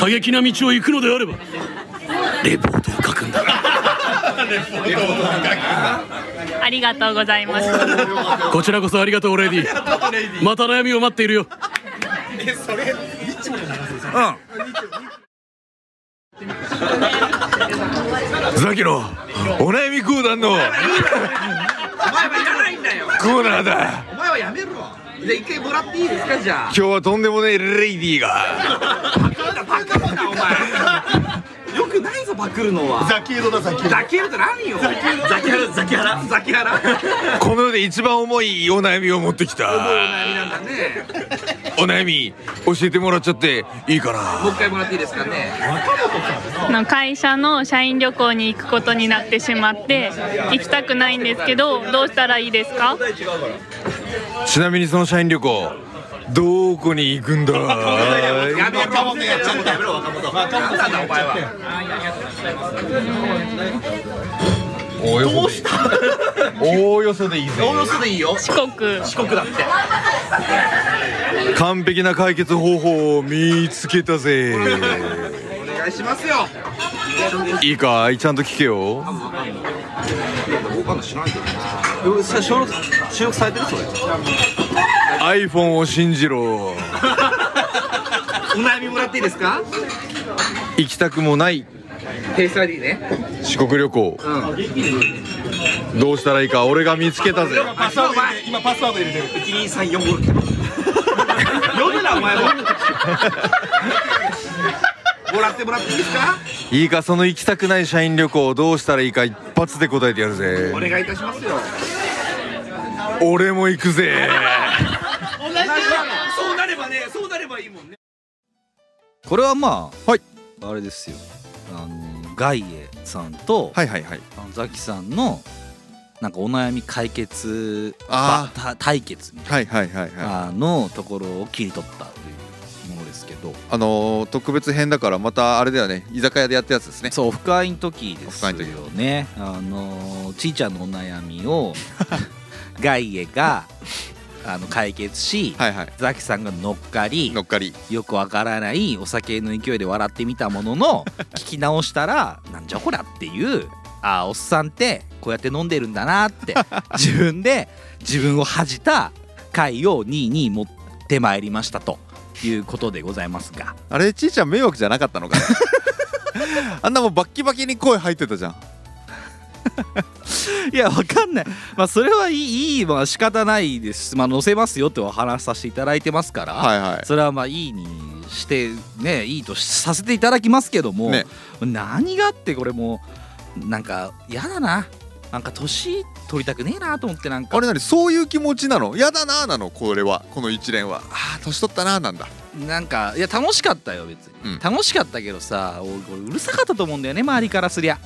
S13: 過激な道を行くのであればレポートを書くんだ
S14: ありがとうございました
S13: こちらこそありがとうレディまた悩みを待っているよ
S1: ザキのお悩みコーナーのコーナーだ
S9: お前はやめろじゃあ一回もらっていいですかじゃあ
S1: 今日はとんでもないレイディーが
S9: バカだなお前よくないぞパクるのはザキエドだザキエドザキエドって何よザキハラザキハラザキハラ
S1: この世で一番重いお悩みを持ってきた
S9: なんだね
S1: お悩み教えてもらっちゃっていいかな
S9: もう一回もらっていいですかね
S14: あの会社の社員旅行に行くことになってしまって行きたくないんですけどどうしたらいいですか
S1: ちなみにその社員旅行どこに行くんだ
S9: やめろ若者やっちゃったやめろ若者何なんだお前は
S1: おおよそでいいおおよそでいいぜ
S9: おおよそでいいよ
S14: 四国
S9: 四国だって
S1: 完璧な解決方法を見つけたぜ
S9: お願いしますよ
S1: いいかいちゃんと聞けよ
S9: さ収録収録されてるそれ
S1: iPhone を信じ ろ
S9: お悩みもらっていいですか
S1: 行きたくもない
S9: フェイス ID ね
S1: 四国旅行、どうしたらいいか俺が見つけたぜ
S9: パスワード入れて今パスワード入れてる12345読めなお前ももらってもらっていいですか
S1: いいかその行きたくない社員旅行をどうしたらいいか一発で答えてやるぜ
S9: お願いいたしますよ
S1: 俺も行くぜ
S9: そうなればねそうなればいいもんね
S2: これはまあ、
S16: はい
S2: あれですよあのガイエさんと、
S16: はいはいはい
S2: あのザキさんのなんかお悩み解決ばた対決みたい
S16: はいはいはいはい
S2: なあのところを切り取ったというものですけど
S16: あのー特別編だからまたあれだよね居酒屋でやったやつですね
S2: そうオフ会の時です
S16: オ
S2: よ
S16: フ会
S2: ねあのちいちゃんのお悩 みをガイエがあの解決し、
S16: はいはい
S2: ザキさんが乗っかり
S16: 乗っかり
S2: よくわからないお酒の勢い で笑ってみたものの聞き直したらなんじゃこらっていうあーおっさんってこうやって飲んでるんだなって 自分で自分を恥じた回を2位に持ってまいりましたということでございますが
S1: あれちいちゃん迷惑じゃなかったのかな あんなもうバッキバキに声入ってたじゃん
S2: いやわかんないまあそれはいいいいまあ仕方ないですしまあ載せますよってお話しさせていただいてますから、
S1: はいはい
S2: それはまあいいにしてねいいとしさせていただきますけども、
S1: ね
S2: 何があってこれもうなんか嫌だななんか年取りたくねえなと思ってなんか
S1: あれ何そういう気持ちなのやだなーなのこれはこの一連はあー年取ったなーなんだ
S2: なんかいや楽しかったよ別に、楽しかったけどさ俺俺うるさかったと思うんだよね周りからすりゃ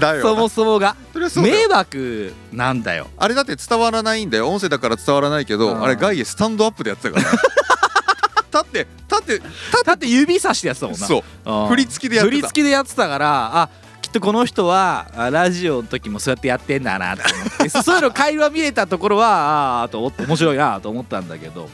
S1: だよな
S2: そもそもが
S1: うだよ
S2: 迷惑なんだよ
S1: あれだって伝わらないんだよ音声だから伝わらないけどあれガイエスタンドアップでやってたから 立って立って立
S2: って指差してやってたもんな
S1: そう
S2: うん
S1: 振り付きでやってた
S2: 振り付きでやってたからあきっとこの人はあラジオの時もそうやってやってんだなと思 ってそういうの会話見えたところはあーと思って面白いなと思ったんだけど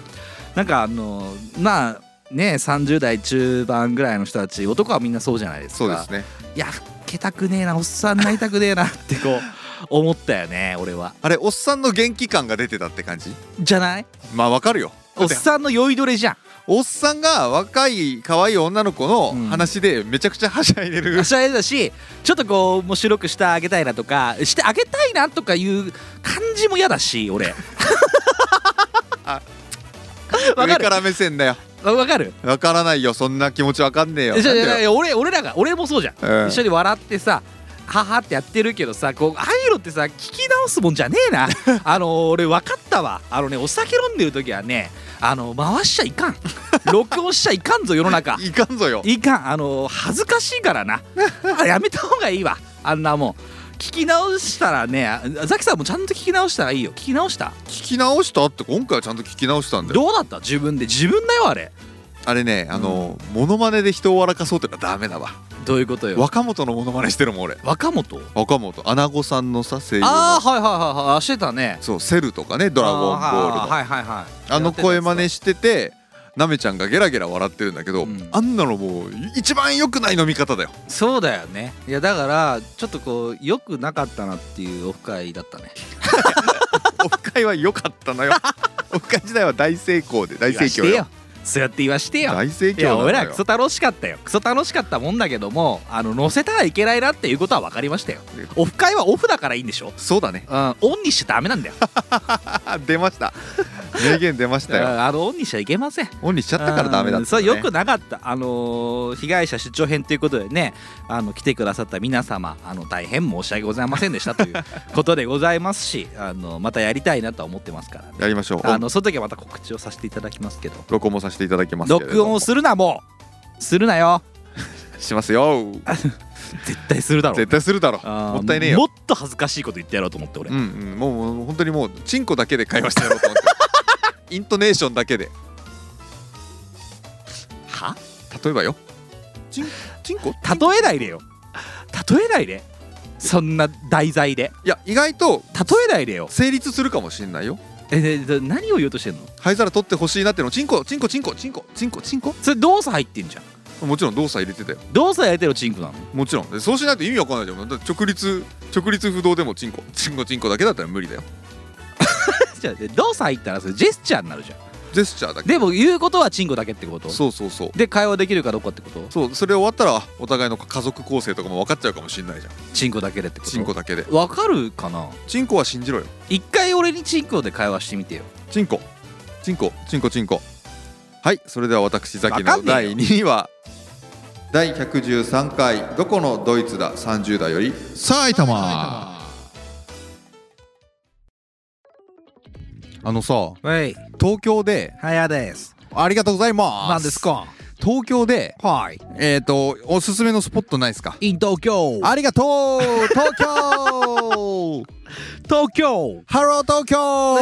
S2: なんかあのまあね30代中盤ぐらいの人たち男はみんなそうじゃないですか
S1: そうですね
S2: いや老けたくねえなおっさんになりたくねえなってこ う思ったよね俺は
S1: あれおっさんの元気感が出てたって感じ
S2: じゃない
S1: まあわかるよ
S2: おっさんの酔いどれじゃん
S1: おっさんが若い可愛い女の子の話でめちゃくちゃはしゃいで る、
S2: はしゃいでたしちょっとこう面白くしてあげたいなとかしてあげたいなとかいう感じも嫌だし 俺わ
S1: 上
S2: か
S1: から
S2: る
S1: 目線だよ
S2: わかる
S1: わからないよそんな気持ちわかんねえよ
S2: いやいや
S1: な
S2: い
S1: ん
S2: や
S1: で
S2: い
S1: よ
S2: や俺俺らが俺もそうじゃん、
S1: うん
S2: 一緒に笑ってさははってやってるけどさこうああいうのってさ聞き直すもんじゃねえ なあの俺分かったわあのねお酒飲んでる時はねあの回しちゃいかん録音しちゃいかんぞ世の中
S1: いかんぞよ
S2: いかんあの恥ずかしいからな あやめた方がいいわあんなもん聞き直したらねあザキさんもちゃんと聞き直したらいいよ聞き直した
S1: 聞き直したって今回はちゃんと聞き直したんだよ
S2: どうだった自分で自分だよあれ
S1: あれねあの、モノマネで人を笑かそうってのはダメだわ
S2: どういうことよ
S1: 若本のモノマネしてるもん俺
S2: 若本
S1: 若本アナゴさんのさ声優の
S2: ああはいはいはいはいしてたね
S1: そうセルとかねドラゴンボールの
S2: あ
S1: あ,、
S2: ーはいはいはい
S1: の声真似しててなめちゃんがゲラゲラ笑ってるんだけど、あんなのもう一番良くない飲み方 だよ
S2: そうだよねいやだからちょっとこう良くなかったなっていうオフ会だったね
S1: オフ会は良かった のよオフ会時代は大成功で大盛況よ
S2: 言わしてよそうやって言わしてよ
S1: 大盛況
S2: いや
S1: なん
S2: 俺
S1: だよ
S2: らクソ楽しかったよクソ楽しかったもんだけどもあの乗せたらいけないなっていうことは分かりましたよオフ会はオフだからいいんでしょ
S1: そうだね
S2: うんオンにしちゃダメなんだよ
S1: 出ました名言出ましたよ
S2: あのオンにしちゃいけません
S1: オンにしちゃったからダメだった、
S2: うん
S1: ね、
S2: それよくなかったあのー被害者出張編ということでねあの来てくださった皆様あの大変申し訳ございませんでしたということでございますし あのまたやりたいなとは思ってますから、ね、
S1: やりましょう
S2: あのその時はまた告知をさせていただきますけど
S1: 録音もさせていただきますけれど
S2: 録音をするなもうするなよ
S1: しますよ
S2: 絶対するだろ
S1: 絶対するだろもったいねえよ
S2: もっと恥ずかしいこと言ってやろうと思って俺、
S1: うんうん、もうもう本当にもうチンコだけで会話してやろうと思ってイントネーションだけで
S2: は
S1: 例えばよチンチンコ
S2: 例えないでよ例えないでそんな題材で
S1: いや意外と
S2: 例えないでよ
S1: 成立するかもしんないよ
S2: ええど何を言おうとしてんの
S1: 灰皿取ってほしいなってのチンコチンコチンコチンコチンコチンコ
S2: それ動作入ってんじゃ
S1: んもちろん動作入れてたよ
S2: 動作やれてるチンコなの
S1: もちろんでそうしないと意味わかんないじゃんだって直立直立不動でもチンコチンコチンコだけだったら無理だよ
S2: じゃあで動作入ったらそれジェスチャーになるじゃん
S1: ジェスチャーだけ
S2: でも言うことはチンコだけってこと
S1: そうそうそう
S2: で会話できるかどうかってこと
S1: そうそれ終わったらお互いの家族構成とかも分かっちゃうかもしんないじゃん
S2: チンコだけでってこと
S1: チンコだけで
S2: わかるかな
S1: チンコは信じろよ
S2: 一回俺にチンコで会話してみてよ
S1: チンコチンコチンコチンコはいそれでは私ザ
S3: わ
S1: キ
S3: か
S1: の
S3: んねえ
S1: 第
S3: よ
S1: 2位は
S3: 第113回どこのドイツだ30代より埼玉
S1: あのさ
S2: はい
S1: 東京で
S2: はやです
S1: ありがとうございます
S2: なんですか
S1: 東京で
S2: はい
S1: えっ、とおすすめのスポットないですか
S2: in 東京
S1: ありがとう東京
S2: 東京
S1: ハロー東京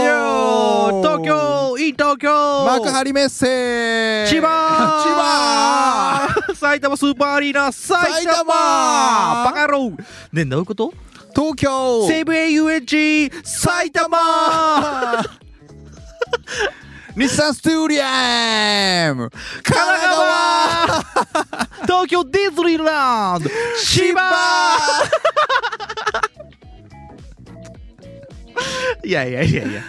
S2: 東京 in 東京
S1: 幕張メッセ
S2: 千葉千葉埼玉スーパーアリーナ埼玉バカ野郎ねえどういうこと
S1: 東京
S2: 西武遊園地埼 玉
S1: 日産スタジアム
S2: 神奈川東京ディズニーランド千葉いやいやいやいや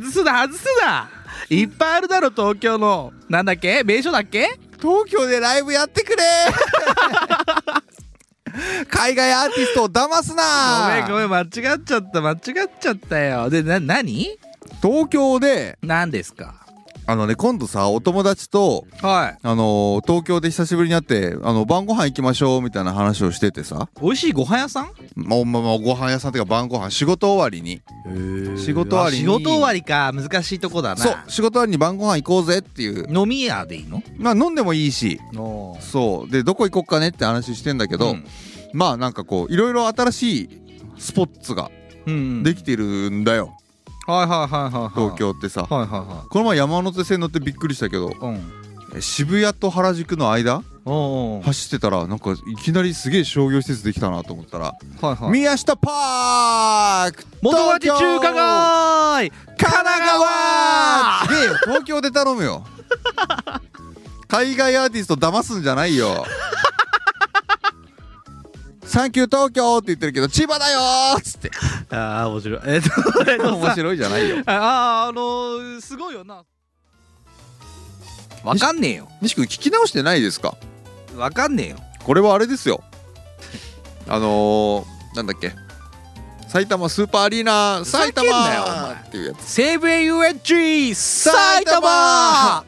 S2: 外すな外すないっぱいあるだろ東京のなんだっけ名所だっけ東京でライブやってくれ
S1: 海外アーティストを騙す
S2: ごめん
S1: な
S2: ごめん間違っちゃった間違っちゃったよでな何
S1: 東京で
S2: 何ですか
S1: あのね今度さお友達と、
S2: はい、
S1: あのー東京で久しぶりに会ってあの晩ご飯行きましょうみたいな話をしててさ
S2: 美味しいご飯屋さん
S1: まあまあまあご飯屋さんっていうか晩ご飯仕事終わりに仕事終わりに
S2: 仕事終わりか難しいとこだな
S1: そう仕事終わりに晩ご飯行こうぜっていう
S2: 飲み屋でいいの
S1: まあ飲んでもいいし
S2: お
S1: そうでどこ行こっかねって話してんだけど、まあなんかこういろいろ新しいスポッツができてるんだよ、
S2: はいはいはいはいはい
S1: 東京ってさ、
S2: はいはいは
S1: この前山手線乗ってびっくりしたけど、え渋谷と原宿の間走ってたらなんかいきなりすげえ商業施設できたなと思ったら
S2: はいはい
S1: 宮下パーク
S2: 元町中華街
S1: 神奈川すげえよ東京で頼 むよ海外アーティスト騙すんじゃないよサンキュー東京って言ってるけど千葉だよーっつ って
S2: ああ面白いえっとえっとさ
S1: 面白いじゃないよ
S2: あああのーすごいよなわかんねえよ
S1: 西君聞き直してないですか
S2: わかんねえよ
S1: これはあれですよあのー、なんだっけ埼玉スーパーアリーナ埼玉
S2: ふざけんなよお前
S1: っていうやつ
S2: 西武園遊園地埼玉
S1: 玉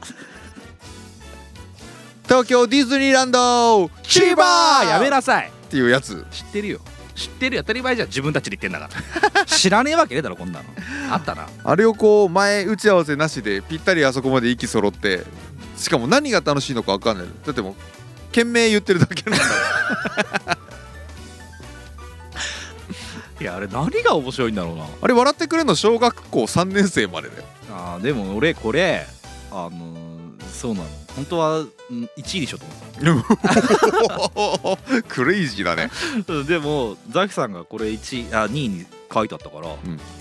S1: 東京ディズニーランド
S2: 千葉やめなさい
S1: っていうやつ
S2: 知ってるよ知ってるよ当たり前じゃん自分たちで言ってんだから 知らねえわけねえだろこんなのあったな
S1: あれをこう前打ち合わせなしでぴったりあそこまで息揃ってしかも何が楽しいのか分かんないだってもう懸命言ってるだけ なんだ
S2: いやあれ何が面白いんだろうな
S1: あれ笑ってくれるの小学校3年生までだよ
S2: あーでも俺これあのーそうなの本当はん1位でしょと思
S1: ってた クレイジーだね
S2: うんでもザキさんがこれ1位あ2位に書いてあったから、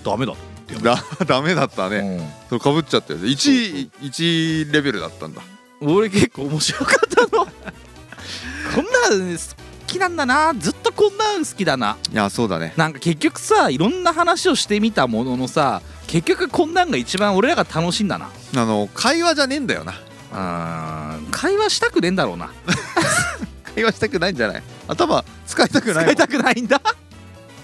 S2: ダメだと
S1: だダメだったね、そうかぶっちゃったよね1 1レベルだったんだ
S2: 俺結構面白かったの こんなのね好きなんだなずっとこんなの好きだない
S1: やそうだね
S2: なんか結局さいろんな話をしてみたもののさ結局こんなんが一番俺らが楽しいんだな
S1: あの会話じゃねえんだよな
S2: あー会話したくねえんだろうな
S1: 会話したくないんじゃない頭使いたくない
S2: 使いたくないんだ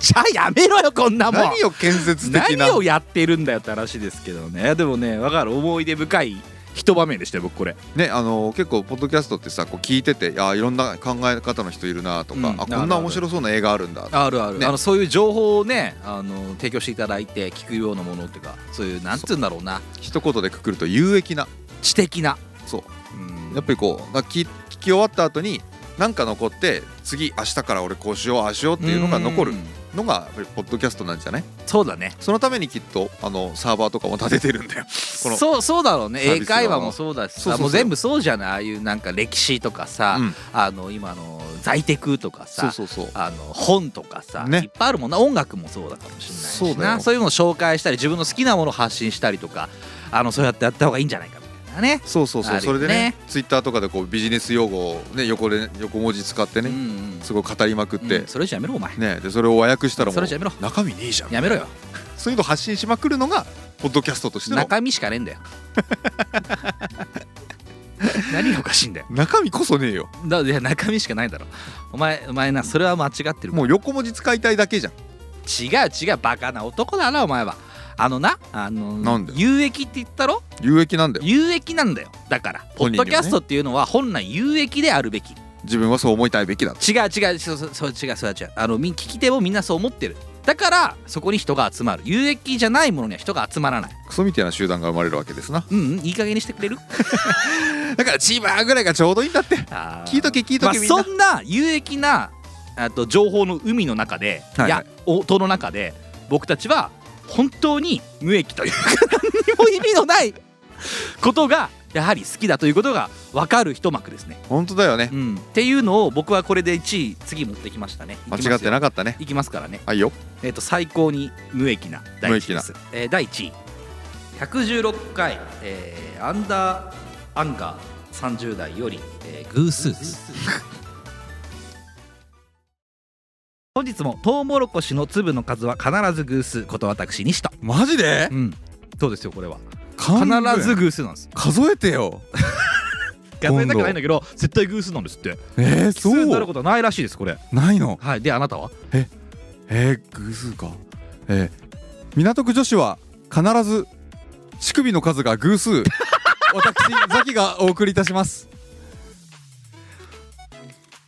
S2: じゃあやめろよこんなもん
S1: 何を建設的な
S2: 何をやってるんだよって話ですけどねでもね分かる思い出深い一場面でしたよ僕これ
S1: ねあの結構ポッドキャストってさこう聞いててあーいろんな考え方の人いるなとか、
S2: うん
S1: あこ
S2: あ
S1: ん
S2: るあ
S1: な
S2: る
S1: 面白そうな映画あるんだとか
S2: あるある、
S1: ね
S2: あのそういう情報をねあの提供していただいて聞くようなものっていうかそういうなんつうんだろうな
S1: 一言でくくると有益な
S2: 知的な
S1: そうやっぱりこうなんか聞聞き終わった後に何か残って次明日から俺こうしようああしようっていうのが残るのがやっぱりポッドキャストなんじゃない
S2: そうだね
S1: そのためにきっとあのサーバーとかも立ててるんだ よこの
S2: そうそうだろうね
S1: サー
S2: 英
S1: ビスが
S2: 会話もそうだし
S1: そうそうそ
S2: さ
S1: う
S2: もう全部そうじゃないああいうなんか歴史とかさ、
S1: うん
S2: あの今の在宅とかさ
S1: そうそうそう
S2: あの本とかさ、
S1: ね
S2: いっぱいあるもんな音楽もそうだかもしれないし
S1: そうだよ
S2: なそういうのを紹介したり自分の好きなものを発信したりとかあのそうやってやった方がいいんじゃないかみたいなね
S1: そうそうそう、
S2: ある
S1: そ
S2: よ
S1: れ
S2: ね
S1: でねツイッターとかでこうビジネス用語を、ね、横で横文字使ってね、すごい語りまくって、
S2: うんそれじゃやめろお前
S1: ね、でそれを和訳したらも
S2: それじゃやめろ
S1: う中身ねえじゃん
S2: やめろよ
S1: そういうの発信しまくるのがポッドキャストとしての
S2: 中身しかねえん だよ何がおかしいんだよ
S1: 中身こそねえよ
S2: だいや中身しかないだろお前お前なそれは間違ってる
S1: もう横文字使いたいだけじゃん
S2: 違う違うバカな男だなお前はあのなあの
S1: なんだよ
S2: 有益って言ったろ
S1: 有益なんだよ
S2: 有益なんだよだからポ
S1: 本人
S2: ッ
S1: にはね
S2: ドキャストっていうのは本来有益であるべき
S1: 自分はそう思いたいべきだ
S2: 違う違うそうそうそう違うそう違うあのみ聞き手もみんなそう思ってるだからそこに人が集まる有益じゃないものには人が集まらない
S1: クソみたいな集団が生まれるわけですな
S2: うん、うん、いい加減にしてくれる
S1: だから千葉ぐらいがちょうどいいんだって聞いとけ聞いと
S2: まあ、
S1: けみんな、
S2: そんな有益なあと情報の海の中で、
S1: はいはい
S2: いや音の中で僕たちは本当に無益というか 何にも意味のないことがやはり好きだということが分かる一幕ですね。
S1: 本当だよね、
S2: っていうのを僕はこれで1位次持ってきましたね。
S1: 間違ってな
S2: かっ
S1: かったね
S2: いきますからね。
S1: はいよ
S2: えっ、と最高に無益な第一位です
S1: 無。
S2: えー第1位116回、えーアンダーアンガー30代より、えー、偶数です。
S9: 本日もトウモロコシの粒の数は必ず偶数こと私西と
S1: マジで
S9: うんそうですよこれは
S1: 勘弁
S9: 必ず偶数なんです
S1: 数えてよ
S9: 数えたくないんだけど絶対偶数なんですって
S1: えー、そう
S9: 奇数になることはないらしいですこれ
S1: ないの
S9: はいであなたは
S1: えー、偶数かえー、港区女子は必ず乳首の数が偶 数私ザキがお送りいたします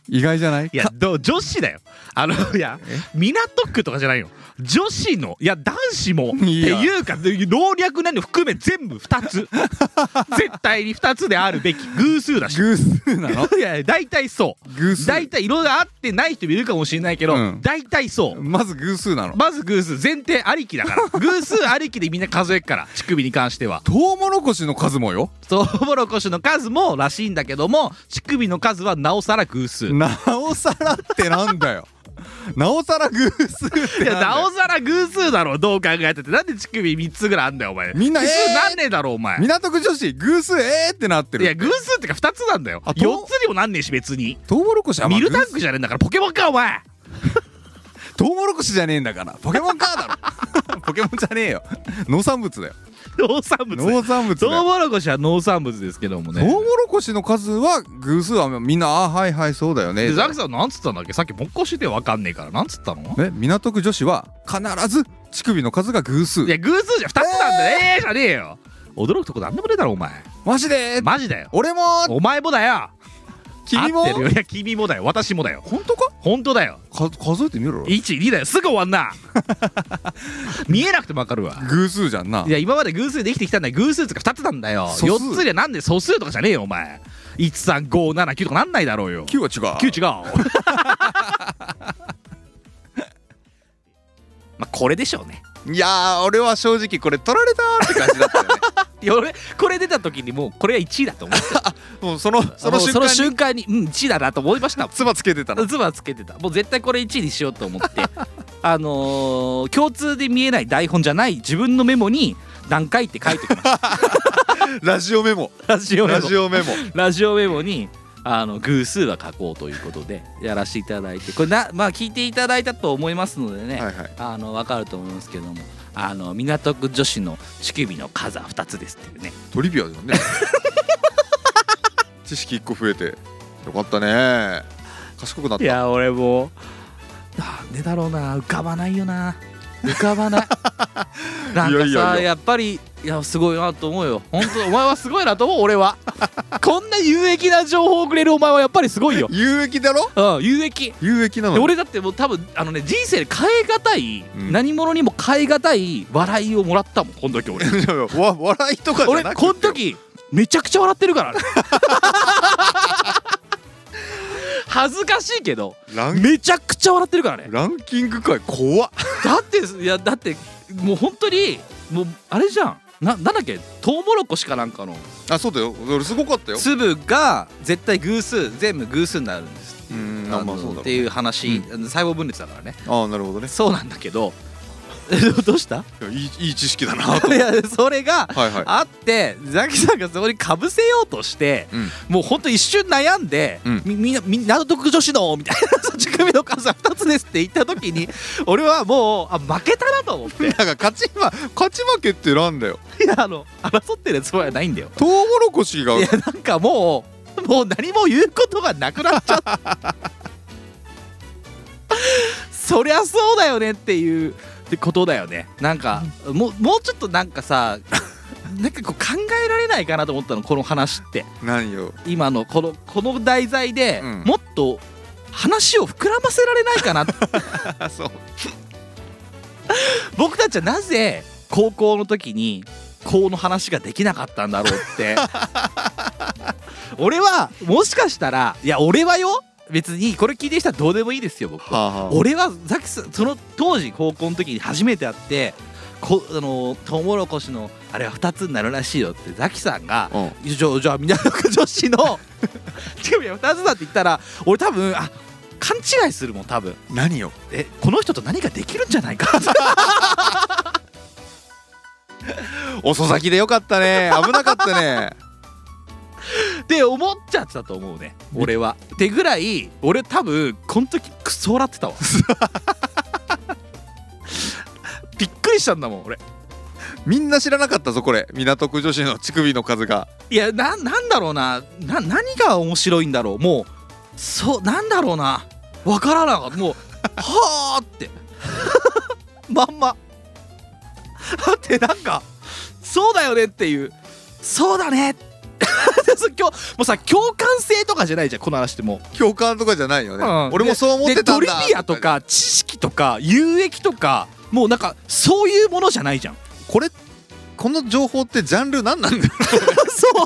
S1: 意外じゃない
S2: いやどう女子だよあのいや港区とかじゃないよ女子のいや男子もって
S1: いや
S2: いうかで老若男女含め全部2つ絶対に2つであるべき偶数だし
S1: 偶数なの
S2: いや大体そう
S1: 偶数
S2: 大体いろいろあってない人もいるかもしれないけど、
S1: うん
S2: 大体そう
S1: まず偶数なの
S2: まず偶数前提ありきだ から偶数ありきでみんな数えっから乳首に関しては
S1: トウモロコシの数もよ
S2: トウモロコシの数もらしいんだけども乳首の数はなおさら偶数
S1: なおさらってなんだよなおさら偶数って
S2: いや
S1: なんだよ
S2: なおさら偶数だろどう考えててなんで乳首3つぐらいあんだよお前
S1: みんな
S2: 偶
S1: えー
S2: 数なんねえだろお前
S1: 港区女子偶数えーってなってる
S2: いや偶数ってか2つなんだよ
S1: あ
S2: 4
S1: と
S2: つにもなんねえし別に
S1: トウモロコシはまあ
S2: ミルタンクじゃねえんだからポケモンかお前
S1: トウモロコシじゃねえんだからポケモンカー だろポケモンじゃねえよ農産物だよ
S2: 農産物
S1: 農産物
S2: トウ
S1: だよ
S2: モロコシは農産物ですけども
S1: トウモ
S2: ね
S1: ロコシの数は偶数はみんなあはいはいそうだよね
S2: でザキさんなんつったんだっけさっきもっこしてて分かんねえからなんつったの
S1: え港区女子は必ず乳首の数が偶数
S2: いや偶数じゃ2つなんだよええー、じゃねえよ驚くとこなんでもねえだろお前
S1: マジで
S2: マジだよ
S1: 俺も
S2: お前もだよ
S1: 君も
S2: 合ってるよいや君もだよ私もだよ
S1: 本当か
S2: 本当だよ
S1: か数えてみろよ
S2: 12だよすぐ終わん な見えなくても分かるわ
S1: 偶数じゃんない
S2: や今まで偶数で生きてきたんだよ偶数とか2つなんだよ
S1: 素数
S2: 4つでなんで素数とかじゃねえよお前13579とかなんないだろうよ
S1: 9は違う
S2: 9違う まあこれでしょうね
S1: いやー俺は正直これ取られたーって感じだった よね
S2: いや俺これ出た時にもうこれは1位だと思って た
S1: もうそのその
S2: も
S1: 瞬間に
S2: う瞬間にうん1位だなと思いました
S1: つばつけてたの
S2: ズバつけてたもう絶対これ1位にしようと思って あのー共通で見えない台本じゃない自分のメモに何回って書いてきました
S1: ラジオメモ
S2: ラジオメモ
S1: ラジオメモ
S2: ラジオメモにあの偶数は書こうということでやらせていただいてこれなまあ聞いていただいたと思いますのでね、
S1: はいはい
S2: あの分かると思いますけどもあの港区女子の乳首の数は2つですっていうね
S1: トリビアじゃ んね知識1個増えてよかったね賢くなっ
S2: い
S1: た
S2: や俺もうなんでだろうな浮かばないよな浮かばない なん
S1: い
S2: かさ
S1: やいやいや
S2: やっぱりいやすごいなと思うよ本当お前はすごいなと思う俺はこんな有益な情報をくれるお前はやっぱりすごいよ、
S1: 有益だろ
S2: うん、有益
S1: 有益なの
S2: で
S1: に
S2: 俺だってもう多分あのね人生で変え難い、
S1: うん
S2: 何者にも変え難い笑いをもらったもんこの時俺
S1: いやいやわ笑いとかじゃな
S2: 俺
S1: くて
S2: この時めちゃくちゃ笑ってるからね恥ずかしいけど
S1: ラン
S2: めちゃくちゃ笑ってるからね
S1: ランキング界怖っ
S2: だっていやだってもう本当にもうあれじゃんななんだっけトウモロコシかなんかの
S1: あそうだよ俺すごかったよ
S2: 粒が絶対偶数全部偶数になるんですっていう
S1: うん
S2: あ
S1: あまあそうだろう
S2: の
S1: ね
S2: っていう話、あの細胞分裂だからね
S1: ああなるほどね
S2: そうなんだけど えどうした
S1: いやいいいい知識だなと
S2: いやそれが
S1: はいはい
S2: あってザキさんがそこにかぶせようとして、
S1: うん
S2: もうほんと一瞬悩んで、
S1: うん
S2: みみんなみんな納得女子のみたいなそっち組の数は2つですって言った時に俺はもうあ負けたなと思って
S1: だから勝ち負勝ち負けってなんだよ
S2: いやあの争ってるつもりはないんだよ
S1: トウモロコシが
S2: いやなんかもうもう何も言うことがなくなっちゃった そりゃそうだよねっていうってことだよねなんかもうもうちょっとなんかさなんかこう考えられないかなと思ったのこの話って
S1: 何よ
S2: 今のこのこの題材で、
S1: うん
S2: もっと話を膨らませられないかなって
S1: あ そう
S2: 僕たちはなぜ高校の時にこの話ができなかったんだろうって 俺はもしかしたらいや俺はよ別にこれ聞いてる人はどうでもいいですよ僕は
S1: はあ、はあ、
S2: 俺はザキさんその当時高校の時に初めて会ってこあのトウモロコシのあれは2つになるらしいよってザキさんが
S1: うん
S2: 「じゃあじゃあ港区女 子の乳首は2つだ」って言ったら俺多分あ勘違いするもん多分
S1: 何よ
S2: えこの人と何かできるんじゃな いか
S1: 遅咲きでよかったね危なかったね
S2: って思っちゃってたと思うね俺はってぐらい俺多分この時クソ笑っ てたわびっくりしたんだもん俺
S17: みんな知らなかったぞこれ港区女子の乳首の数が
S2: いやななんだろうなな何が面白いんだろうもうそうなんだろうなわからなかったもうはあって まんまだってなんかそうだよねっていうそうだね そう今日もうさ共感性とかじゃないじゃんこの話ってもう
S17: 共感とかじゃないよね俺もそう思ってたんだ
S2: でトリビアとか知識とか有益とかもうなんかそういうものじゃないじ ゃん
S17: これこの情報ってジャンル何なんだろ
S2: うそう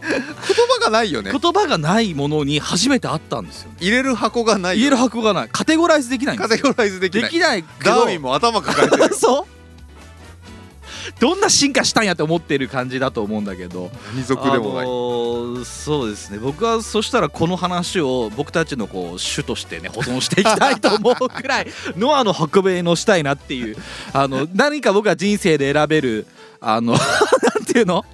S17: 言葉がないよね
S2: 言葉がないものに初めてあったんですよ、ね、
S17: 入れる箱がない
S2: 言える箱がないカテゴライズできないんです
S17: カテゴライズできない
S2: できないけど
S17: ダーウィンも頭抱えて る
S2: そうどんな進化したんやって思ってる感じだと思うんだけど
S17: 二足でもない
S2: あのーそうですね僕はそしたらこの話を僕たちのこう主としてね保存していきたいと思うく らいノアの箱舟のしたいなっていうあの何か僕は人生で選べるあの なんていうの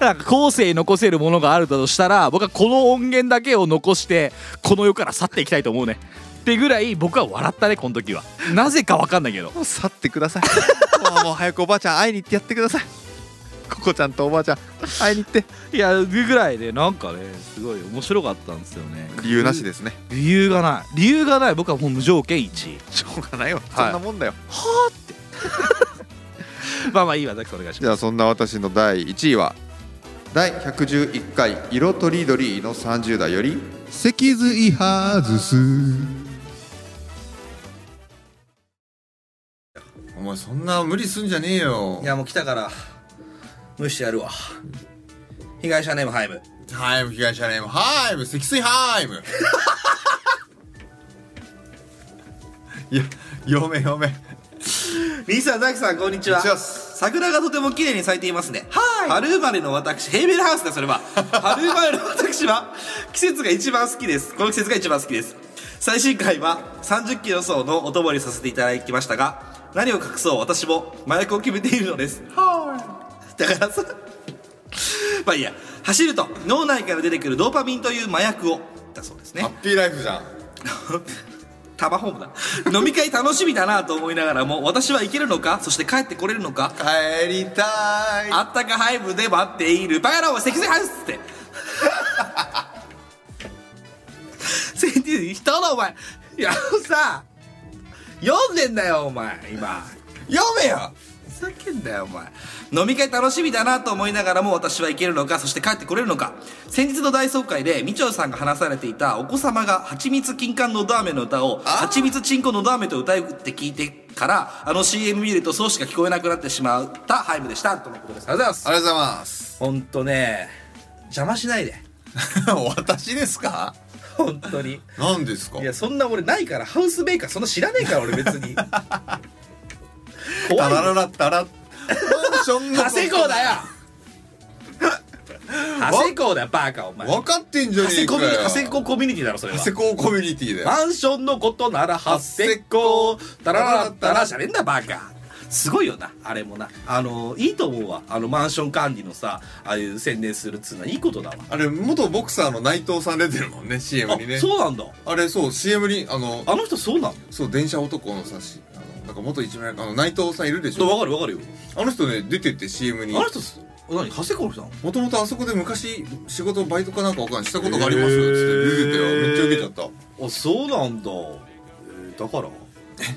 S2: なんか後世に残せるものがあるとしたら僕はこの音源だけを残してこの世から去っていきたいと思うねってぐらい僕は笑ったねこの時はなぜかわかんない けど
S17: もう去ってください もうもう早くおばあちゃん会いに行ってやってくださいここちゃんとおばあちゃん会いに行って
S2: いやぐらいでなんかねすごい面白かったんですよね
S17: 理由なしですね
S2: 理由がない理由がない僕はもう無条件1位
S17: しょうがないわ
S2: は
S17: そ
S2: い
S17: んなもんだよ、
S2: はあってまあまあいいわザキさんお願いし
S17: じゃあそんな私の第1位は
S18: 第111回「色とりどり」の30代より「脊髄外す」
S1: お前そんな無理すんじゃねえよ
S9: いやもう来たから無視してやるわ被害者ネームハイム
S1: ハイム被害者ネームハイム積水ハ イムいや嫁嫁
S9: ミサザキさんこんにちは桜がとても綺麗に咲いていますねはい春生まれの私ヘーベルハウスだそれは 春生まれの私は季節が一番好きですこの季節が一番好きです最新回は3 0キロ走のお供にさせていただきましたが何を隠そう私も麻薬を決めているのですだからさまあいいや走ると脳内から出てくるドーパミンという麻薬をだそうですねハッ
S1: ピーライフじゃん
S9: タバホームだ飲み会楽しみだなと思いながらも私は行けるのかそして帰ってこれるのか帰りた いあったかハイブで待っているバカ野郎積水ハウスって先日人のお前いやあのさ読んでんだよお前今読めよふざけんなよお前飲み会楽しみだなと思いながらも私は行けるのかそして帰ってこれるのか先日の大総会でみちおさんが話されていたお子様が「はちみつ金柑のど飴」の歌を「はちみつちんこのど飴」と歌うって聞いてからあの CM 見るとそうしか聞こえなくなってしまったハイムでしたとのことですありがとうございます
S1: ありがとうございます
S9: ほんとね邪魔しないで
S1: 私ですか
S9: 本当に
S1: 何ですか
S9: いやそんな俺ないからハウスメーカーそんな知らねえから俺別に
S1: タラララッタラッマンションの
S9: 長谷公だよ長谷公だよバカお前
S1: 分かってんじゃねえかよ
S9: 長谷公コミュニティだろそれは
S1: 長谷公コミュニティだよ
S9: マンションのことなら長谷公タラララタラじゃねえんだバカすごいよなあれもなあのいいと思うわあのマンション管理のさああいう宣伝するっつうのはいいことだわ
S1: あれ元ボクサーの内藤さん出てるもんね CM にね
S9: あそうなんだ
S1: あれそう CM にあの
S9: あの人そうなの
S1: そう電車男のさしあのなんか元一面あの内藤さんいるでし
S9: わ
S1: ょ
S9: かるわかるよ
S1: あの人ね出てて CM に
S9: あの人す何長谷公さん
S1: もともとあそこで昔仕事バイトかなんかわかんないしたことがありますよっつって出てたよめっちゃ受けちゃった
S9: あそうなんだ、えーだから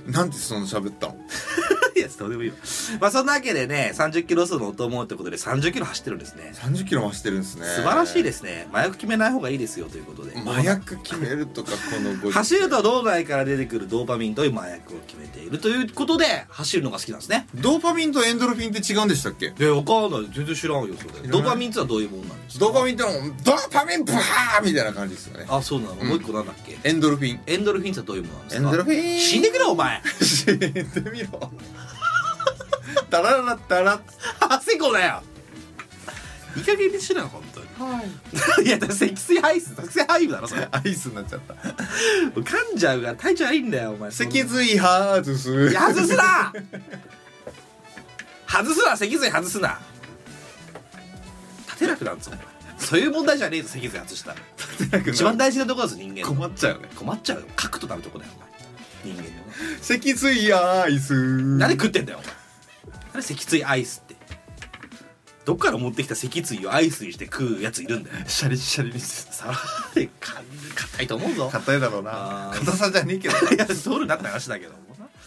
S1: なんでそんな喋ったの
S9: いやどうでもいいわまあそんなわけでね30キロ走のお供ってことで30キロ走ってるんですね
S1: 30キロ増してるんですね
S9: 素晴らしいですすね麻薬決めない方がいいですよということで
S1: 麻薬決めるとかこのご時世
S9: 走ると脳内から出てくるドーパミンという麻薬を決めているということで走るのが好きなんですね
S1: ドーパミンとエンドルフィンって違うんでしたっけ
S9: で分かんない全然知らんよそれドーパミンってのはどういうものなんです
S1: ドーパミンってのはドーパミンブハーみたいな感じですよね
S9: かあそうなの、もう一個なんだっけ
S1: エンドルフィン
S9: エンドルフィンってのはどういうものなんで
S1: エ
S9: すか
S1: ンドルフィン
S9: 死んでくれお前
S1: 死んで みろダララダラ
S9: 汗こだよいい加減にしろよ本当に いやだから積水ハイス積水 ハイブだろそれ
S1: アイスになっちゃった
S9: もう噛んじゃうが体調悪いんだよお前
S1: 脊髄ハーズス
S9: いや外すな外すな脊髄外すな
S19: てなくなんぞそういう問題じゃねえぞ関根した一番大事なところです人間困っちゃうよね困っちゃうよ書くとなるとこだよお前人間のね
S20: 脊椎アイス
S19: 何食ってんだよお前何脊椎アイスってどっから持ってきた脊椎をアイスにして食うやついるんだよシャリシャリにさらでか硬いと思うぞ硬いだろうな硬さじゃねえけどいやドルなって話だけど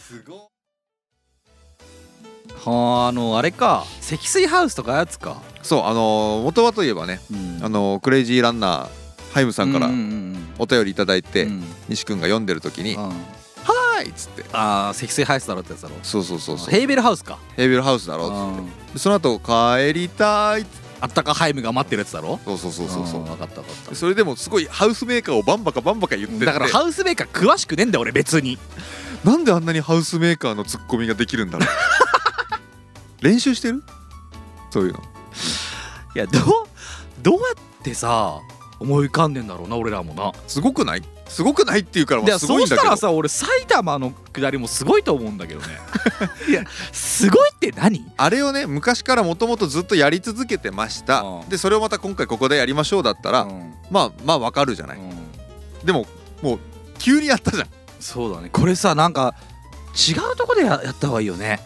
S19: すごい
S2: はああのあれか積水ハウスとかやつか
S1: そうあのー元はといえばね、あのークレイジーランナーハイムさんからお便りいただいて、西くんが読んでる時に「はーい!」っつって
S2: ああ積水ハウスだろってやつだろ
S1: そうそうそうそう
S2: ヘーベルハウスか
S1: ヘーベルハウスだろっつってでその後帰りたいっつって
S2: あったかハイムが待ってるやつだろ
S1: そうそうそうそうそう
S2: 分かった分かっ
S1: それでもすごいハウスメーカーをバンバカバンバカ言ってて
S2: だからハウスメーカー詳しくねえんだよ俺別に
S1: なんであんなにハウスメーカーのツッコミができるんだろう 練習してるそういうの
S2: いやどうどうやってさ思い浮かんでんだろうな俺らもな
S1: すごくないすごくないっていうから
S2: いや
S1: はすごいんだけど
S2: そうしたらさ俺埼玉の下りもすごいと思うんだけ どねいやすごいって何
S1: あれをね昔からもともとずっとやり続けてました、でそれをまた今回ここでやりましょうだったら、まあまあわかるじゃない、でももう急にやったじゃん
S2: そうだねこれさなんか違うとこでややった方がいい よね